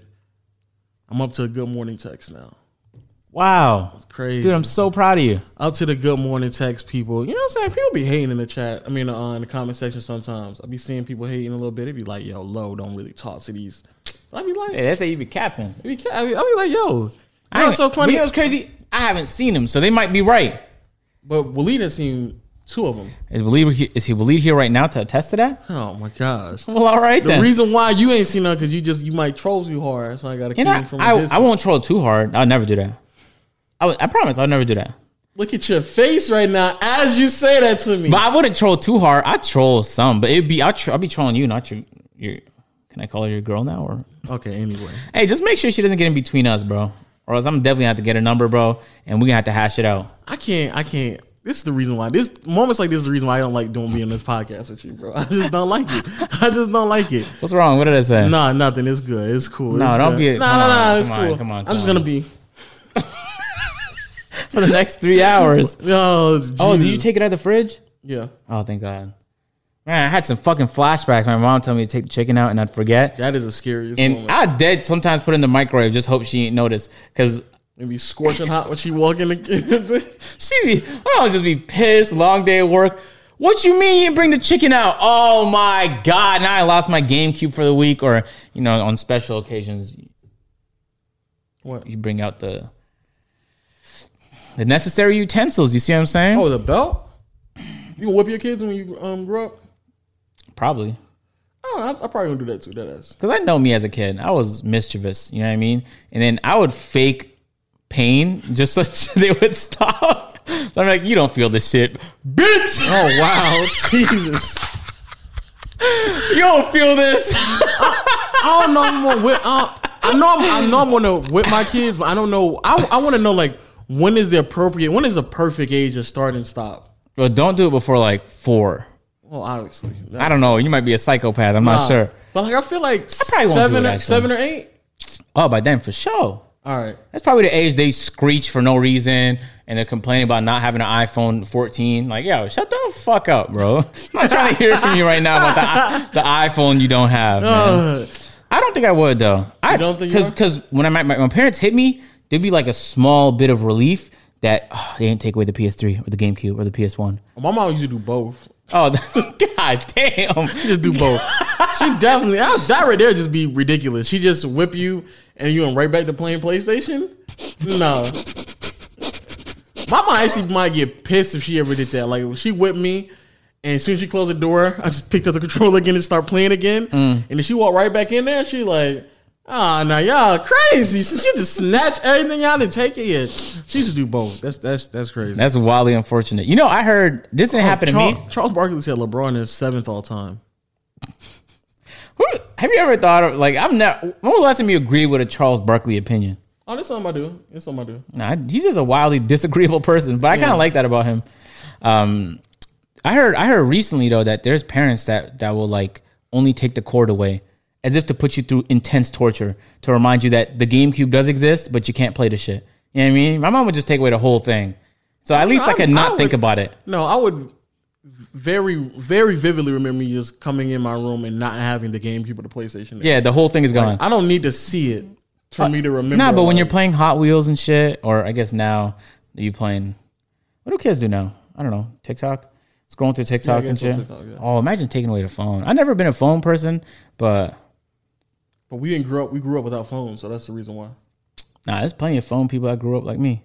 Speaker 2: I'm up to a good morning text now.
Speaker 1: Wow.
Speaker 2: Crazy.
Speaker 1: Dude, I'm so proud of you.
Speaker 2: out to the good morning text people. You know what I'm saying? People be hating in the chat. I mean, uh, in the comment section sometimes. I be seeing people hating a little bit. It be like, yo, low, don't really talk to these. I be like,
Speaker 1: Hey, that's how you be capping.
Speaker 2: I be, ca- I be, I be like, yo,
Speaker 1: I
Speaker 2: that's so funny.
Speaker 1: You know what's crazy? I haven't seen him, so they might be right.
Speaker 2: But Walid has seen two of them.
Speaker 1: Is Walid he- is he Walid here right now to attest to that?
Speaker 2: Oh my gosh.
Speaker 1: Well, all right
Speaker 2: The
Speaker 1: then.
Speaker 2: reason why you ain't seen none because you just you might troll too hard. So I gotta keep
Speaker 1: and
Speaker 2: him
Speaker 1: I,
Speaker 2: from a
Speaker 1: I, I
Speaker 2: distance.
Speaker 1: won't troll too hard. I'll never do that. I, would- I promise I'll never do that.
Speaker 2: Look at your face right now as you say that to me.
Speaker 1: But I wouldn't troll too hard. I troll some, but it'd be I'll, tr- I'll be trolling you, not your your Can I call her your girl now? Or
Speaker 2: Okay, anyway.
Speaker 1: hey, just make sure she doesn't get in between us, bro. Or else I'm definitely gonna have to get her number, bro, and we're gonna have to hash it out.
Speaker 2: I can't. I can't. This is the reason why. This moments like this is the reason why I don't like doing being on this podcast with you, bro. I just don't like it. I just don't like it.
Speaker 1: What's wrong? What did I say?
Speaker 2: Nah, nothing. It's good. It's cool.
Speaker 1: No,
Speaker 2: it's
Speaker 1: don't
Speaker 2: good.
Speaker 1: be-
Speaker 2: Nah,
Speaker 1: come
Speaker 2: nah, nah.
Speaker 1: on,
Speaker 2: It's
Speaker 1: come on,
Speaker 2: cool.
Speaker 1: come on,
Speaker 2: I'm just
Speaker 1: come
Speaker 2: gonna be.
Speaker 1: For the next three hours.
Speaker 2: Oh, it's
Speaker 1: Oh, did
Speaker 2: Jesus.
Speaker 1: you take it out of the fridge?
Speaker 2: Yeah,
Speaker 1: Oh, thank God. Man, I had some fucking flashbacks. My mom told me to take the chicken out, and I'd forget.
Speaker 2: that is a scary moment.
Speaker 1: And I did sometimes put it in the microwave. Just hope she ain't notice, cause
Speaker 2: It'd be scorching hot when she walk in. The-
Speaker 1: she be I'll just be pissed. Long day at work. What you mean you didn't bring the chicken out? Oh my god! Now I lost my GameCube for the week, or you know, on special occasions,
Speaker 2: what?
Speaker 1: you bring out the the necessary utensils. You see what I'm saying?
Speaker 2: Oh, the belt. You gonna whip your kids when you um grow up?
Speaker 1: Probably.
Speaker 2: Oh, I, I probably gonna do that too. That ass.
Speaker 1: Because I know me as a kid, I was mischievous. You know what I mean? And then I would fake pain just so they would stop. So I'm like, you don't feel this shit, bitch.
Speaker 2: Oh wow, Jesus!
Speaker 1: You don't feel this.
Speaker 2: I don't know. If I'm gonna whip. I, I know. I'm, I know. I'm gonna whip my kids, but I don't know. I I want to know like when is the appropriate, when is the perfect age to start and stop?
Speaker 1: Well, don't do it before like four.
Speaker 2: Well, obviously,
Speaker 1: I don't know. You might be a psychopath. I'm not sure.
Speaker 2: But like, I feel like
Speaker 1: probably won't do
Speaker 2: seven,
Speaker 1: it,
Speaker 2: or,
Speaker 1: actually.
Speaker 2: seven or eight.
Speaker 1: Oh, by then for sure.
Speaker 2: All right.
Speaker 1: That's probably the age they screech for no reason and they're complaining about not having an iPhone 14. Like, yo, shut the fuck up, bro. I'm not trying to hear from you right now about the, i- the iPhone you don't have. Man.
Speaker 2: Uh,
Speaker 1: I don't think I would though. I
Speaker 2: don't think you
Speaker 1: because
Speaker 2: are?
Speaker 1: because when I, my, my parents hit me, there'd be like a small bit of relief that oh, they didn't take away the PS3 or the GameCube or the PS1.
Speaker 2: my mom used to do both.
Speaker 1: Oh god damn!
Speaker 2: Just do both. she definitely that, that right there just be ridiculous. She just whip you and you went right back to playing PlayStation. No. My mom actually might get pissed if she ever did that. Like she whipped me, and as soon as she closed the door, I just picked up the controller again and start playing again.
Speaker 1: Mm.
Speaker 2: And then she walked right back in there. She like, ah, now y'all crazy. She just snatched everything out and take it. Yeah. She used to do both. That's that's that's crazy.
Speaker 1: That's wildly unfortunate. You know, I heard this
Speaker 2: Oh,
Speaker 1: didn't happen to
Speaker 2: Charles,
Speaker 1: me.
Speaker 2: Charles Barkley said LeBron is seventh all time.
Speaker 1: Who- Have you ever thought of like I'm not? When was the last time you agreed with a Charles Barkley opinion?
Speaker 2: Oh, that's something I do. That's something I do.
Speaker 1: Nah, he's just a wildly disagreeable person, but I kind of like that about him. Um, I heard I heard recently though that there's parents that that will like only take the cord away as if to put you through intense torture to remind you that the GameCube does exist, but you can't play the shit. You know what I mean? My mom would just take away the whole thing, so at least I,
Speaker 2: I-
Speaker 1: could
Speaker 2: I
Speaker 1: not think
Speaker 2: would-
Speaker 1: about it.
Speaker 2: No, I would very, very vividly remember you just coming in my room and not having the GameCube or the PlayStation.
Speaker 1: Yeah, the whole thing is gone.
Speaker 2: I don't need to see it for me to remember.
Speaker 1: nah, but when
Speaker 2: like-
Speaker 1: you're playing Hot Wheels and shit, or I guess now you playing. What do kids do now? I don't know. TikTok, scrolling through TikTok
Speaker 2: I
Speaker 1: and
Speaker 2: guess on
Speaker 1: shit.
Speaker 2: TikTok, yeah.
Speaker 1: Oh, imagine taking away the phone. I've never been a phone person, but
Speaker 2: but we didn't grow up. We grew up without phones, so that's the reason why.
Speaker 1: Nah, there's plenty of phone people that grew up like me,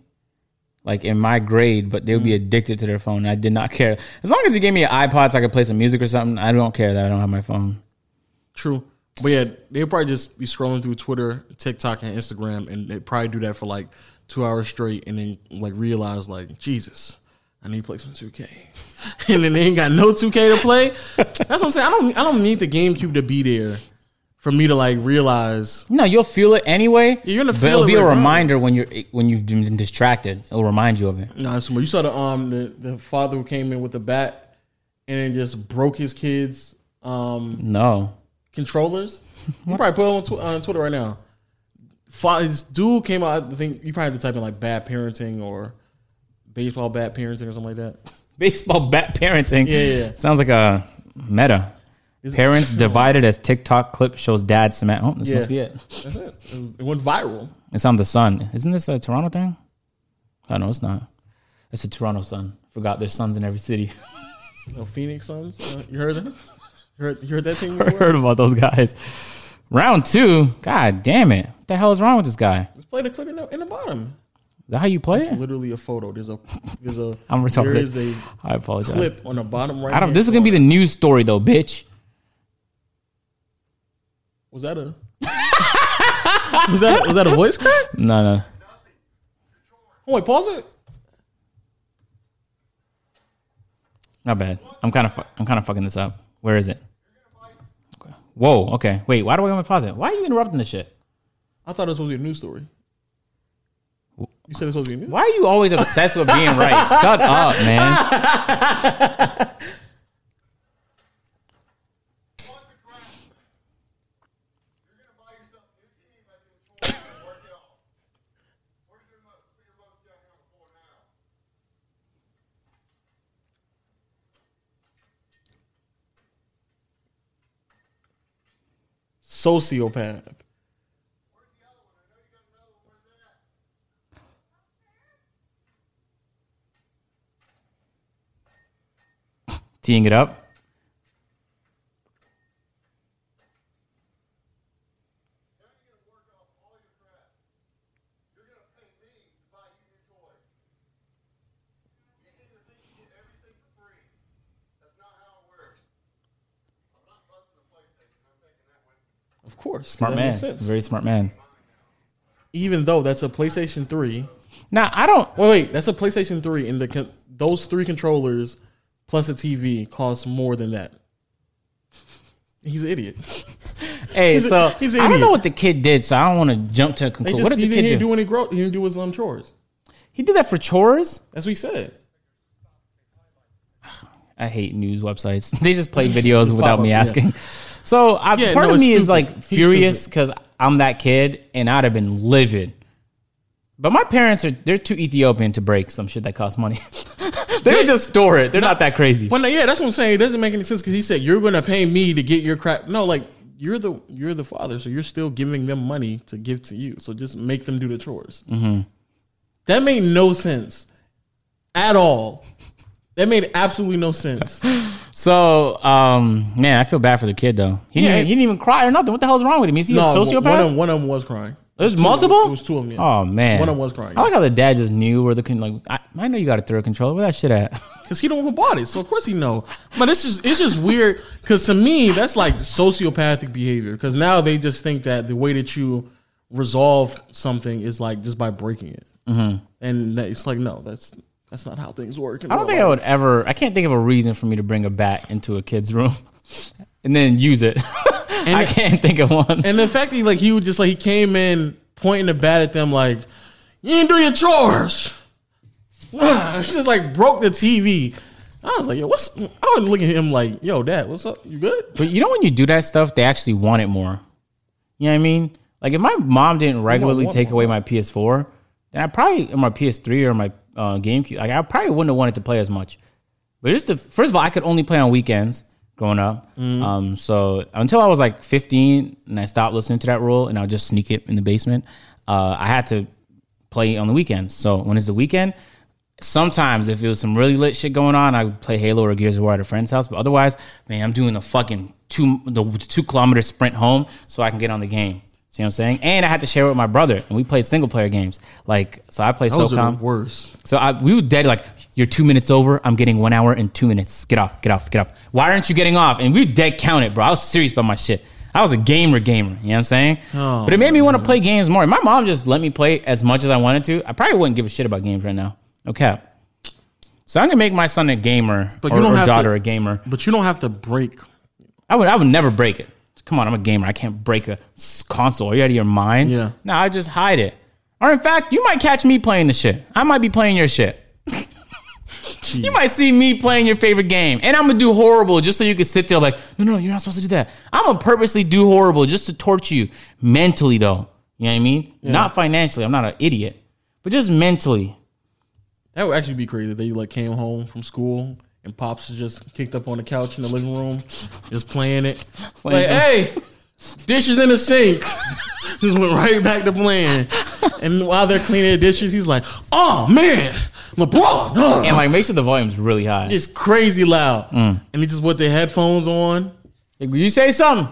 Speaker 1: like in my grade, but they would be
Speaker 2: Hmm.
Speaker 1: addicted to their phone. And I did not care. As long as you gave me an iPod so I could play some music or something, I don't care that I don't have my phone.
Speaker 2: True, but yeah, they'd probably just be scrolling through Twitter, TikTok, and Instagram, and they'd probably do that for like two hours straight, and then like realize like Jesus. I need to play some 2K, and then they ain't got no 2K to play. That's what I'm saying. I don't. I don't need the GameCube to be there for me to like realize
Speaker 1: No, you'll feel it anyway.
Speaker 2: You're gonna
Speaker 1: but
Speaker 2: feel
Speaker 1: it'll
Speaker 2: it
Speaker 1: be a
Speaker 2: regardless.
Speaker 1: reminder when you're when you've been distracted. It'll remind you of it.
Speaker 2: Nah, it's more- you saw the um the, the father who came in with the bat and then just broke his kids um
Speaker 1: No,
Speaker 2: controllers. You probably put it on, tw- on Twitter right now. Fa- This dude came out. I think you probably have to type in like bad parenting or baseball bad parenting or something like that.
Speaker 1: baseball bat parenting.
Speaker 2: Yeah, yeah, yeah.
Speaker 1: sounds like a meta. Parents divided as TikTok clip shows dad smack. Oh, this
Speaker 2: Yeah.
Speaker 1: must be it.
Speaker 2: That's it. It went viral.
Speaker 1: It's on the Sun. Isn't this a Toronto thing? Oh no, it's not. It's a Toronto Sun. Forgot there's suns in every city.
Speaker 2: The Phoenix Suns. Uh, You heard that? You heard, you heard that thing
Speaker 1: I
Speaker 2: before?
Speaker 1: heard about those guys. Round two. God damn it. What the hell is wrong with this guy? Is
Speaker 2: Just play the clip in the, in the bottom.
Speaker 1: that how you play it?
Speaker 2: Literally a photo. There's a there's a
Speaker 1: I'm retarded.
Speaker 2: there is a
Speaker 1: I apologize.
Speaker 2: clip on the bottom right.
Speaker 1: I don't, this is gonna be the news story though, bitch.
Speaker 2: Was that a was that was that a voice crack?
Speaker 1: No, no.
Speaker 2: Oh wait, pause it.
Speaker 1: Not bad. I'm kind of fu- I'm kind of fucking this up. Where is it? Okay. Whoa. Okay. Wait. Why do I want to pause it? Why are you interrupting this shit?
Speaker 2: I thought it was supposed to be a news story. You said it was supposed to be a news.
Speaker 1: Why are you always obsessed with being right? Shut up, man.
Speaker 2: Sociopath.
Speaker 1: Teeing it up.
Speaker 2: Of course,
Speaker 1: Smart
Speaker 2: that
Speaker 1: man.
Speaker 2: Makes sense.
Speaker 1: Very smart man.
Speaker 2: Even though that's a PlayStation Three.
Speaker 1: Now I don't.
Speaker 2: Wait, wait, that's a PlayStation Three, and the con- those three controllers plus a TV cost more than that. He's an idiot.
Speaker 1: Hey,
Speaker 2: a-
Speaker 1: so
Speaker 2: he's an
Speaker 1: I don't know
Speaker 2: idiot.
Speaker 1: what the kid did, so I don't want to jump to a
Speaker 2: They
Speaker 1: conclusion.
Speaker 2: just
Speaker 1: What did
Speaker 2: he
Speaker 1: the kid
Speaker 2: didn't
Speaker 1: do?
Speaker 2: do any grow. He didn't do his um chores.
Speaker 1: He did that for chores.
Speaker 2: That's what he said.
Speaker 1: I hate news websites. They just play videos without me
Speaker 2: Pop-up, yeah.
Speaker 1: asking. So I,
Speaker 2: Yeah,
Speaker 1: part
Speaker 2: no,
Speaker 1: of
Speaker 2: it's
Speaker 1: me is
Speaker 2: stupid.
Speaker 1: like
Speaker 2: He's
Speaker 1: furious because I'm that kid and I'd have been livid. But my parents are they're too Ethiopian to break some shit that costs money. they would just store it. They're not that crazy.
Speaker 2: Well, no, yeah, that's what I'm saying. It doesn't make any sense because he said you're going to pay me to get your crap. No, like you're the you're the father, so you're still giving them money to give to you. So just make them do the chores.
Speaker 1: Mm-hmm.
Speaker 2: That made no sense at all. That made absolutely no sense.
Speaker 1: So um man, I feel bad for the kid though. He,
Speaker 2: Yeah,
Speaker 1: didn't,
Speaker 2: it-
Speaker 1: he didn't even cry or nothing. What the hell's wrong with him? Is he
Speaker 2: no,
Speaker 1: a sociopath?
Speaker 2: One of, one of them was crying.
Speaker 1: There's
Speaker 2: Two of them-
Speaker 1: multiple.
Speaker 2: It was two of them. Yeah.
Speaker 1: Oh man,
Speaker 2: One of them was crying.
Speaker 1: I like how the dad just knew where the con- like. I, I know you got a third controller. Where that shit at?
Speaker 2: Cause he don't who bought it, so of course he know. But it's just it's just weird. Cause to me, that's like sociopathic behavior. Cause now they just think that the way that you resolve something is like just by breaking it, and that, it's like no, that's that's not how things work.
Speaker 1: Mm-hmm. I don't think I would ever. I can't think of a reason for me to bring a bat into a kid's room and then use it. I can't think of one.
Speaker 2: And the fact that he, like he would just like he came in pointing the bat at them like you didn't do your chores, just like broke the TV. I was like, yo, what's? I would look at him like, yo, dad, what's up? You good?
Speaker 1: but you know when you do that stuff, they actually want it more. You know what I mean? Like if my mom didn't regularly
Speaker 2: want
Speaker 1: take away my PS4, then I probably or my PS3 or my uh, GameCube. Like I probably wouldn't have wanted to play as much. But just the first of all, I could only play on weekends growing up. Um, so until I was like 15 and I stopped listening to that rule and I would just sneak it in the basement, uh, I had to play on the weekends. So when it's the weekend, sometimes if it was some really lit shit going on, I would play Halo or Gears of War at a friend's house. But otherwise, man, I'm doing the fucking two the two kilometer sprint home so I can get on the game. See what I'm saying? And I had to share with my brother, and we played single player games. Like, so I played
Speaker 2: Those are
Speaker 1: SOCOM.
Speaker 2: the worst.
Speaker 1: So I, we were dead. Like you're two minutes over. I'm getting one hour and two minutes. Get off. Get off. Get off. Why aren't you getting off? And we dead counted, bro. I was serious about my shit. I was a gamer, gamer. You know what I'm saying?
Speaker 2: Oh,
Speaker 1: but it made me want to play games more. My mom just let me play as much as I wanted to. I probably wouldn't give a shit about games right now. No cap. So I'm gonna make my son a gamer
Speaker 2: But
Speaker 1: or,
Speaker 2: you don't
Speaker 1: or
Speaker 2: have to-
Speaker 1: daughter a gamer.
Speaker 2: But you don't have to break.
Speaker 1: I would I would never break it. Come on, I'm a gamer. I can't break a s- console. Are you out of your mind?
Speaker 2: Yeah.
Speaker 1: No, I just hide it. Or in fact, you might catch me playing the shit. I might be playing your shit. you might see me playing your favorite game, and I'm gonna do horrible just so you can sit there like, no, no, you're not supposed to do that. I'm gonna purposely do horrible just to torture you mentally, though. You know what I mean? Not financially. I'm not an idiot, but just mentally.
Speaker 2: That would actually be crazy. They like came home from school and pops is just kicked up on the couch in the living room, just playing it.
Speaker 1: Playing
Speaker 2: like,
Speaker 1: some-
Speaker 2: hey, dishes in the sink. just went right back to playing. And while they're cleaning the dishes, he's like, "Oh man, LeBron, uh,
Speaker 1: And like, make sure the volume's really high.
Speaker 2: it's crazy loud." And he just put the headphones on.
Speaker 1: Like, you say something.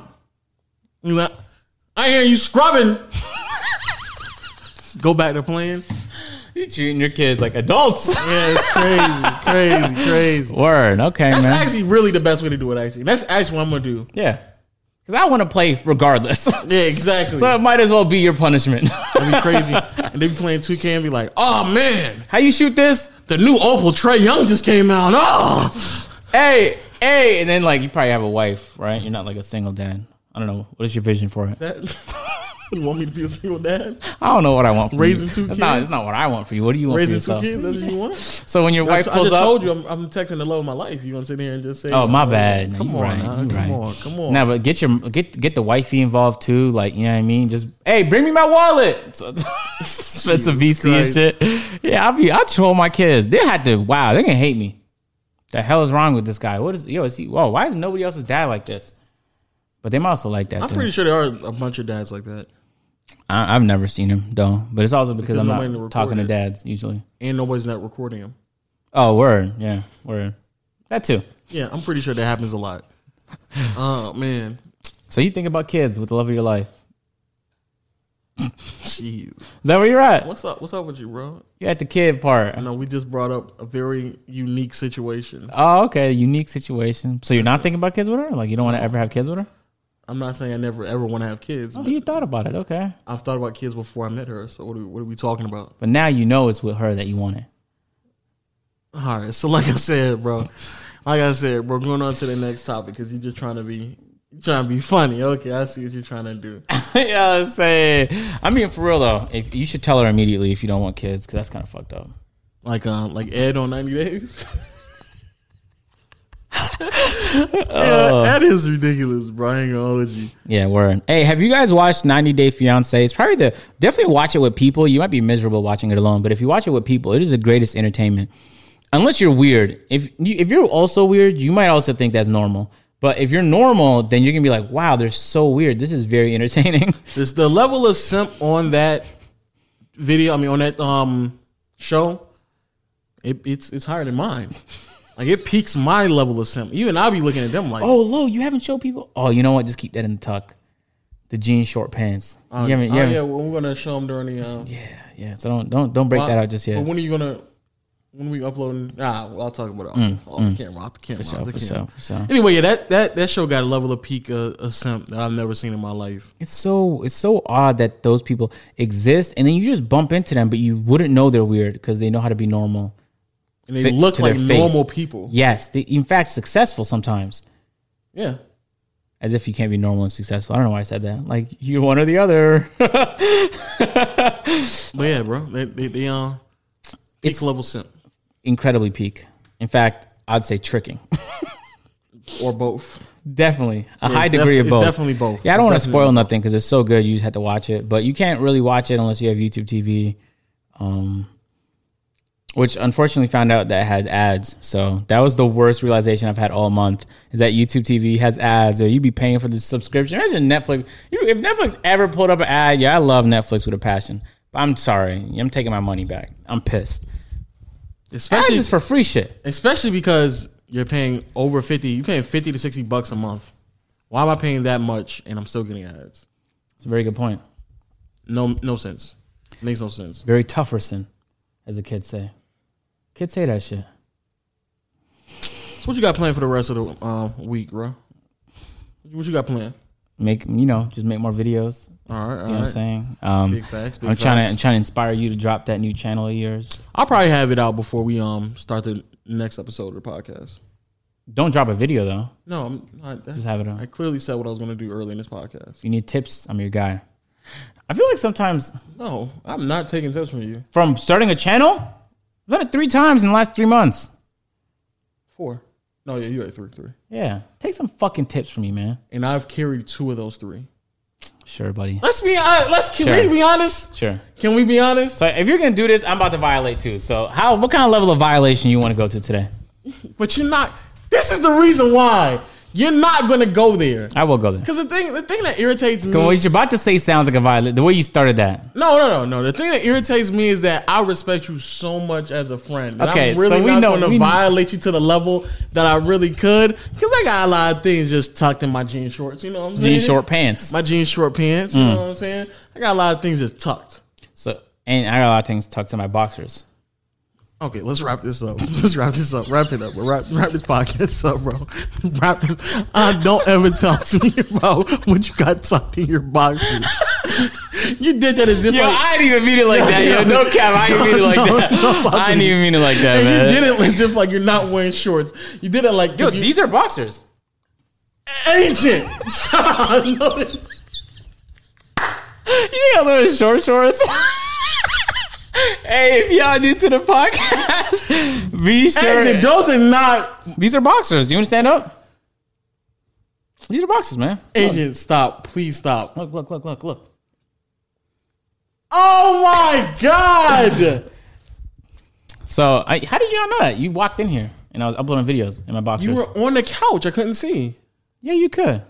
Speaker 2: He's like, I hear you scrubbing. Go back to playing.
Speaker 1: You're treating your kids like adults.
Speaker 2: Yeah, it's crazy, crazy, crazy.
Speaker 1: Word. Okay,
Speaker 2: That's
Speaker 1: man.
Speaker 2: actually really the best way to do it. Actually, that's actually what I'm gonna do.
Speaker 1: Yeah. Because I want to play regardless. so
Speaker 2: Yeah, exactly.
Speaker 1: it might as well be your punishment.
Speaker 2: That'd be crazy. and they be playing 2K and be like, "Oh man,
Speaker 1: How you shoot this?
Speaker 2: the new Opal Trey Young just came out. Oh,
Speaker 1: Hey, hey. And then, like, you probably have a wife, right? You're not like a single dad. I don't know. What is your vision for it?
Speaker 2: That you want me to be a single dad?
Speaker 1: I don't know what I want. for
Speaker 2: Raising
Speaker 1: you.
Speaker 2: two
Speaker 1: That's Not,
Speaker 2: kids?
Speaker 1: it's not what I want for you. What do you want
Speaker 2: Raising
Speaker 1: for yourself?
Speaker 2: two kids? That's what you want?
Speaker 1: So when your
Speaker 2: I,
Speaker 1: wife
Speaker 2: ju- I
Speaker 1: pulls
Speaker 2: just
Speaker 1: up,
Speaker 2: told you I'm, I'm texting the love of my life. You gonna sit here and just say,
Speaker 1: Oh my bad. No,
Speaker 2: Come
Speaker 1: you
Speaker 2: on,
Speaker 1: right,
Speaker 2: nah,
Speaker 1: you
Speaker 2: come
Speaker 1: right.
Speaker 2: on, come on.
Speaker 1: Nah, but get your get get the wifey involved too. Like you know what I mean. Just hey, bring me my wallet. So, spend some VC
Speaker 2: Christ.
Speaker 1: and shit. Yeah, I'll be I troll my kids. They had to. Wow, they gonna hate me. The hell is wrong with this guy? What is yo? Is he? Whoa, why is nobody else's dad like this? But they might also like that.
Speaker 2: I'm
Speaker 1: too.
Speaker 2: pretty sure there are a bunch of dads like that,
Speaker 1: I, I've never seen him though. But it's also because,
Speaker 2: Because nobody
Speaker 1: I'm
Speaker 2: to
Speaker 1: not
Speaker 2: record
Speaker 1: talking to
Speaker 2: it.
Speaker 1: dads usually.
Speaker 2: and nobody's not recording them.
Speaker 1: Oh, word. Yeah, word. That too.
Speaker 2: Yeah, I'm pretty sure that happens a lot. Oh man,
Speaker 1: So you think about kids with the love of your life.
Speaker 2: jeez.
Speaker 1: Is that where you're at?
Speaker 2: What's up? What's up with you, bro?
Speaker 1: You're at the kid part.
Speaker 2: No, we just brought up a very unique situation.
Speaker 1: Oh, okay. Unique situation. So you're not thinking about kids with her? Like you don't want to ever have kids with her?
Speaker 2: I'm not saying I never ever want to have kids.
Speaker 1: Oh,
Speaker 2: But
Speaker 1: you thought about it, okay.
Speaker 2: I've thought about kids before I met her. So what are we, what are we talking about?
Speaker 1: But now you know it's with her that you want it.
Speaker 2: All right. So like I said, bro, like I said, we're going on to the next topic because you're just trying to be trying to be funny. Okay, I see what you're trying to do.
Speaker 1: you know what I'm saying? I mean, for real though, if you should tell her immediately if you don't want kids, because that's kind of fucked up.
Speaker 2: Like uh, like Ed on 90 Days. yeah, that is ridiculous, bro. I ain't gonna hold you.
Speaker 1: Yeah, word. Hey, have you guys watched 90 Day Fiance? It's probably the definitely watch it with people. You might be miserable watching it alone, but if you watch it with people, it is the greatest entertainment. Unless you're weird. If you, if you're also weird, you might also think that's normal. But if you're normal, then you're gonna be like, wow, they're so weird. This is very entertaining.
Speaker 2: This the level of simp on that video. I mean, on that um show, it, it's it's higher than mine. Like it peaks my level of simp. You and I be looking at them like,
Speaker 1: Oh, Lo, you haven't showed people. Oh, you know what? Just keep that in the tuck. The jean short pants.
Speaker 2: oh,
Speaker 1: you haven't, you
Speaker 2: oh,
Speaker 1: haven't-
Speaker 2: yeah, well, we're gonna show them during the. Um,
Speaker 1: yeah. yeah, So don't don't don't break that out just
Speaker 2: But
Speaker 1: yet.
Speaker 2: when are you gonna? When we uploading? Ah, well, I'll talk about it off, off the camera. Off the camera.
Speaker 1: So,
Speaker 2: off the
Speaker 1: Mm, for
Speaker 2: camera.
Speaker 1: so, for so.
Speaker 2: Anyway, yeah, that that that show got a level of peak of, of simp that I've never seen in my life.
Speaker 1: It's so it's so odd that those people exist, and then you just bump into them, but you wouldn't know they're weird because they know how to be normal.
Speaker 2: And they
Speaker 1: Fit
Speaker 2: look
Speaker 1: to their
Speaker 2: like
Speaker 1: face.
Speaker 2: normal people.
Speaker 1: Yes, they, in fact, successful sometimes.
Speaker 2: Yeah.
Speaker 1: As if you can't be normal and successful. I don't know why I said that. Like you're one or the other.
Speaker 2: But yeah, bro, they they, they um peak
Speaker 1: It's-
Speaker 2: level simp
Speaker 1: Incredibly peak. In fact, I'd say tricking.
Speaker 2: or both.
Speaker 1: Definitely a high
Speaker 2: it's
Speaker 1: degree
Speaker 2: def-
Speaker 1: of
Speaker 2: it's
Speaker 1: both.
Speaker 2: definitely both.
Speaker 1: Yeah, I don't
Speaker 2: It's
Speaker 1: want to
Speaker 2: definitely
Speaker 1: spoil nothing because it's so good. You just had to watch it, but you can't really watch it unless you have YouTube TV, um, which unfortunately found out that it had ads. So that was the worst realization I've had all month is that YouTube TV has ads, or you'd be paying for the subscription. Imagine Netflix. You, if Netflix ever pulled up an ad, yeah, I love Netflix with a passion. But I'm sorry, I'm taking my money back. I'm pissed. Ads
Speaker 2: Especially
Speaker 1: is for free shit.
Speaker 2: especially because you're paying over 50 you're paying 50 to 60 bucks a month why am i paying that much and i'm still getting ads
Speaker 1: It's a very good point.
Speaker 2: no no sense makes no sense
Speaker 1: Very tougherson, as the kids say. Kids say that shit.
Speaker 2: so what you got planned for the rest of the um, week bro what you got planned
Speaker 1: make you know just make more videos
Speaker 2: all right
Speaker 1: you
Speaker 2: all
Speaker 1: know what i'm
Speaker 2: right.
Speaker 1: saying um
Speaker 2: Big facts, big
Speaker 1: i'm trying
Speaker 2: facts.
Speaker 1: to i'm trying to inspire you to drop that new channel of yours
Speaker 2: i'll probably have it out before we um start the next episode of the podcast
Speaker 1: don't drop a video though
Speaker 2: no i'm not
Speaker 1: just have it on
Speaker 2: i clearly said what i was going to do early in this podcast
Speaker 1: if you need tips i'm your guy i feel like sometimes
Speaker 2: no i'm not taking tips from you
Speaker 1: from starting a channel i've done it three times in the last three months
Speaker 2: four no yeah you at three three
Speaker 1: yeah take some fucking tips from me man
Speaker 2: and i've carried two of those three
Speaker 1: sure buddy
Speaker 2: let's be honest let's can
Speaker 1: Sure.
Speaker 2: we be honest
Speaker 1: sure
Speaker 2: can we be honest
Speaker 1: so if you're gonna do this i'm about to violate too so how what kind of level of violation you want to go to today
Speaker 2: But you're not. This is the reason why you're not gonna go there.
Speaker 1: i will go there
Speaker 2: Because the thing, the thing that irritates me.
Speaker 1: what you're about to say sounds like a violation the way you started that
Speaker 2: no, no, no, no. The thing that irritates me is that I respect you so much as a friend. that
Speaker 1: Okay,
Speaker 2: I'm really
Speaker 1: so we
Speaker 2: not
Speaker 1: know-
Speaker 2: gonna
Speaker 1: we-
Speaker 2: violate you to the level that I really could. Because I got a lot of things just tucked in my jean shorts. You know what I'm saying?
Speaker 1: jean short Mm. pants
Speaker 2: My jean short pants. You know what I'm saying? I got a lot of things just tucked.
Speaker 1: So, and I got a lot of things tucked in my boxers.
Speaker 2: Okay, let's wrap this up. Let's wrap this up. Wrap it up. Bro. Wrap, wrap this podcast up, bro. Wrap this. Uh, don't ever talk to me about what you got tucked in your boxes. you did that as if
Speaker 1: Yo,
Speaker 2: like,
Speaker 1: I didn't even mean it like that. Yo, no cap, I didn't mean it like
Speaker 2: No,
Speaker 1: that.
Speaker 2: no, don't talk to
Speaker 1: I didn't
Speaker 2: me.
Speaker 1: even mean it like that,
Speaker 2: and
Speaker 1: man.
Speaker 2: you did it as if like you're not wearing shorts. You did it like
Speaker 1: Yo,
Speaker 2: you,
Speaker 1: these are boxers.
Speaker 2: Ancient. Stop. No.
Speaker 1: You think I live in short shorts? hey, if y'all new to the podcast, be sure.
Speaker 2: Ancient. Those are not
Speaker 1: These are boxers. You want to stand up? These are boxers, man.
Speaker 2: ancient. Stop. Please stop.
Speaker 1: Look, look, look, look, look.
Speaker 2: Oh my god.
Speaker 1: So, I, how did y'all know that? You walked in here and I was uploading videos in my boxers.
Speaker 2: You were on the couch. I couldn't see.
Speaker 1: yeah, you could.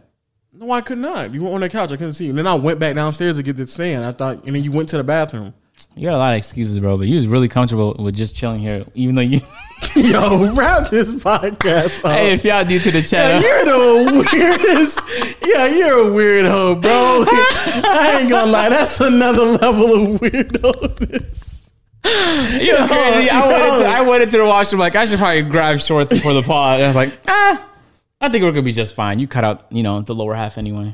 Speaker 2: No, I could not. You were on the couch. I couldn't see. And then I went back downstairs to get the stand. I thought, and then you went to the bathroom.
Speaker 1: You got a lot of excuses, bro, but you was really comfortable with just chilling here, even though you.
Speaker 2: Yo, wrap this podcast up.
Speaker 1: hey, if y'all new to the
Speaker 2: Yeah,
Speaker 1: channel,
Speaker 2: you're the weirdest. Yeah, you're a weirdo, bro. Like, I ain't gonna lie, that's another level of weirdo.
Speaker 1: It was crazy. I
Speaker 2: yo.
Speaker 1: went, into, I went into the washroom like I should probably grab shorts before the pod. And I was like, ah, I think we're gonna be just fine. You cut out, you know, the lower half anyway.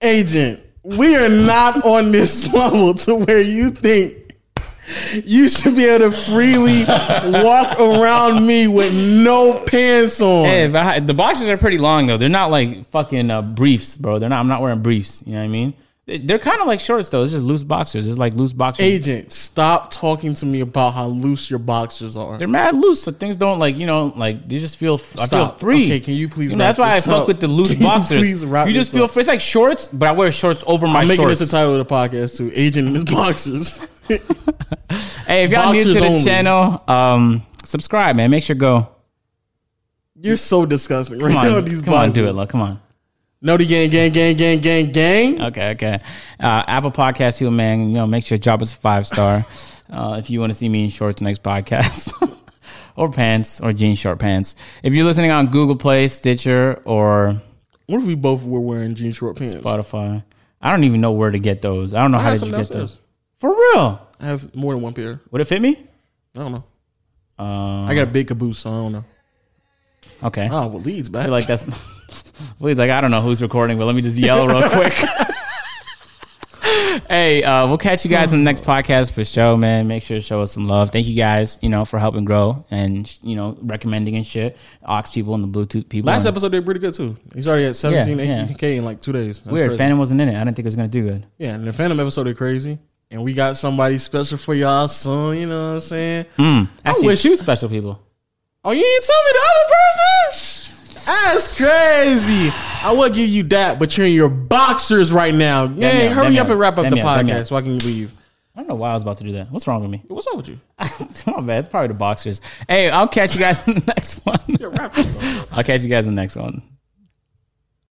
Speaker 2: Agent, we are not on this level to where you think you should be able to freely walk around me with no pants on.
Speaker 1: Hey, but I- the boxes are pretty long though. They're not like fucking uh, briefs, bro. They're not. I'm not wearing briefs. You know what I mean? They- They're kind of like shorts though. It's just loose boxers. It's like loose boxers.
Speaker 2: Agent, stop talking to me about how loose your boxers are.
Speaker 1: They're mad loose, so things don't like you know like they just feel. I feel
Speaker 2: Stop.
Speaker 1: free.
Speaker 2: Okay, can you please
Speaker 1: You know, that's
Speaker 2: wrap
Speaker 1: why I
Speaker 2: this
Speaker 1: fuck
Speaker 2: up?
Speaker 1: with the loose
Speaker 2: Can you
Speaker 1: boxers.
Speaker 2: please wrap
Speaker 1: you just
Speaker 2: this
Speaker 1: feel
Speaker 2: up?
Speaker 1: free. It's like shorts, but I wear shorts over my
Speaker 2: I'm making
Speaker 1: shorts.
Speaker 2: this the title of the podcast too. Agent and his boxers.
Speaker 1: Hey, if y'all new to
Speaker 2: Boxers
Speaker 1: the
Speaker 2: only.
Speaker 1: channel, um, subscribe, man. Make sure go.
Speaker 2: You're so disgusting right
Speaker 1: Come
Speaker 2: now.
Speaker 1: on,
Speaker 2: These
Speaker 1: come on, do
Speaker 2: boxers.
Speaker 1: it, look. Come on.
Speaker 2: No, the gang, gang, gang, gang, gang, gang.
Speaker 1: Okay, okay. Uh, Apple Podcast, too, man. You know, make sure job is a five star. uh, if you want to see me in shorts next podcast, or pants, or jean short pants. If you're listening on Google Play, Stitcher, or
Speaker 2: What if we both were wearing jean short pants?
Speaker 1: Spotify, I don't even know where to get those. I don't know
Speaker 2: I
Speaker 1: how
Speaker 2: have
Speaker 1: did you
Speaker 2: some
Speaker 1: get
Speaker 2: downstairs.
Speaker 1: those. For real?
Speaker 2: I have more than one pair.
Speaker 1: Would it fit me?
Speaker 2: I don't know.
Speaker 1: Uh,
Speaker 2: I got a big caboose, so I don't know.
Speaker 1: okay.
Speaker 2: Oh, well, leads back.
Speaker 1: feel like that's please like i don't know who's recording but let me just yell real quick hey uh, we'll catch you guys in the next podcast for show man make sure to show us some love thank you guys you know for helping grow and you know recommending and shit ox people and the bluetooth people
Speaker 2: Last
Speaker 1: and-
Speaker 2: episode, they were pretty good, too. He's already at 17,
Speaker 1: uh, Yeah, yeah.
Speaker 2: 18K in like two days. That's
Speaker 1: weird
Speaker 2: crazy.
Speaker 1: phantom wasn't in it i didn't think it was gonna do good
Speaker 2: Yeah, and the Phantom episode is crazy. And we got somebody special for y'all soon, you know what I'm saying?
Speaker 1: actually
Speaker 2: wish-
Speaker 1: two special people
Speaker 2: Oh, you ain't tell me the other person? That's crazy. I would give you that, but you're in your boxers right now. Gang,
Speaker 1: up,
Speaker 2: hurry
Speaker 1: damn
Speaker 2: up
Speaker 1: it,
Speaker 2: and wrap up
Speaker 1: damn
Speaker 2: the
Speaker 1: it, damn it.
Speaker 2: podcast so I can leave.
Speaker 1: i don't know why i was about to do that what's wrong with me
Speaker 2: What's up with you?
Speaker 1: my bad it's probably the boxers hey i'll catch you guys in the next one
Speaker 2: Yeah, wrap this up.
Speaker 1: i'll catch you guys in the next one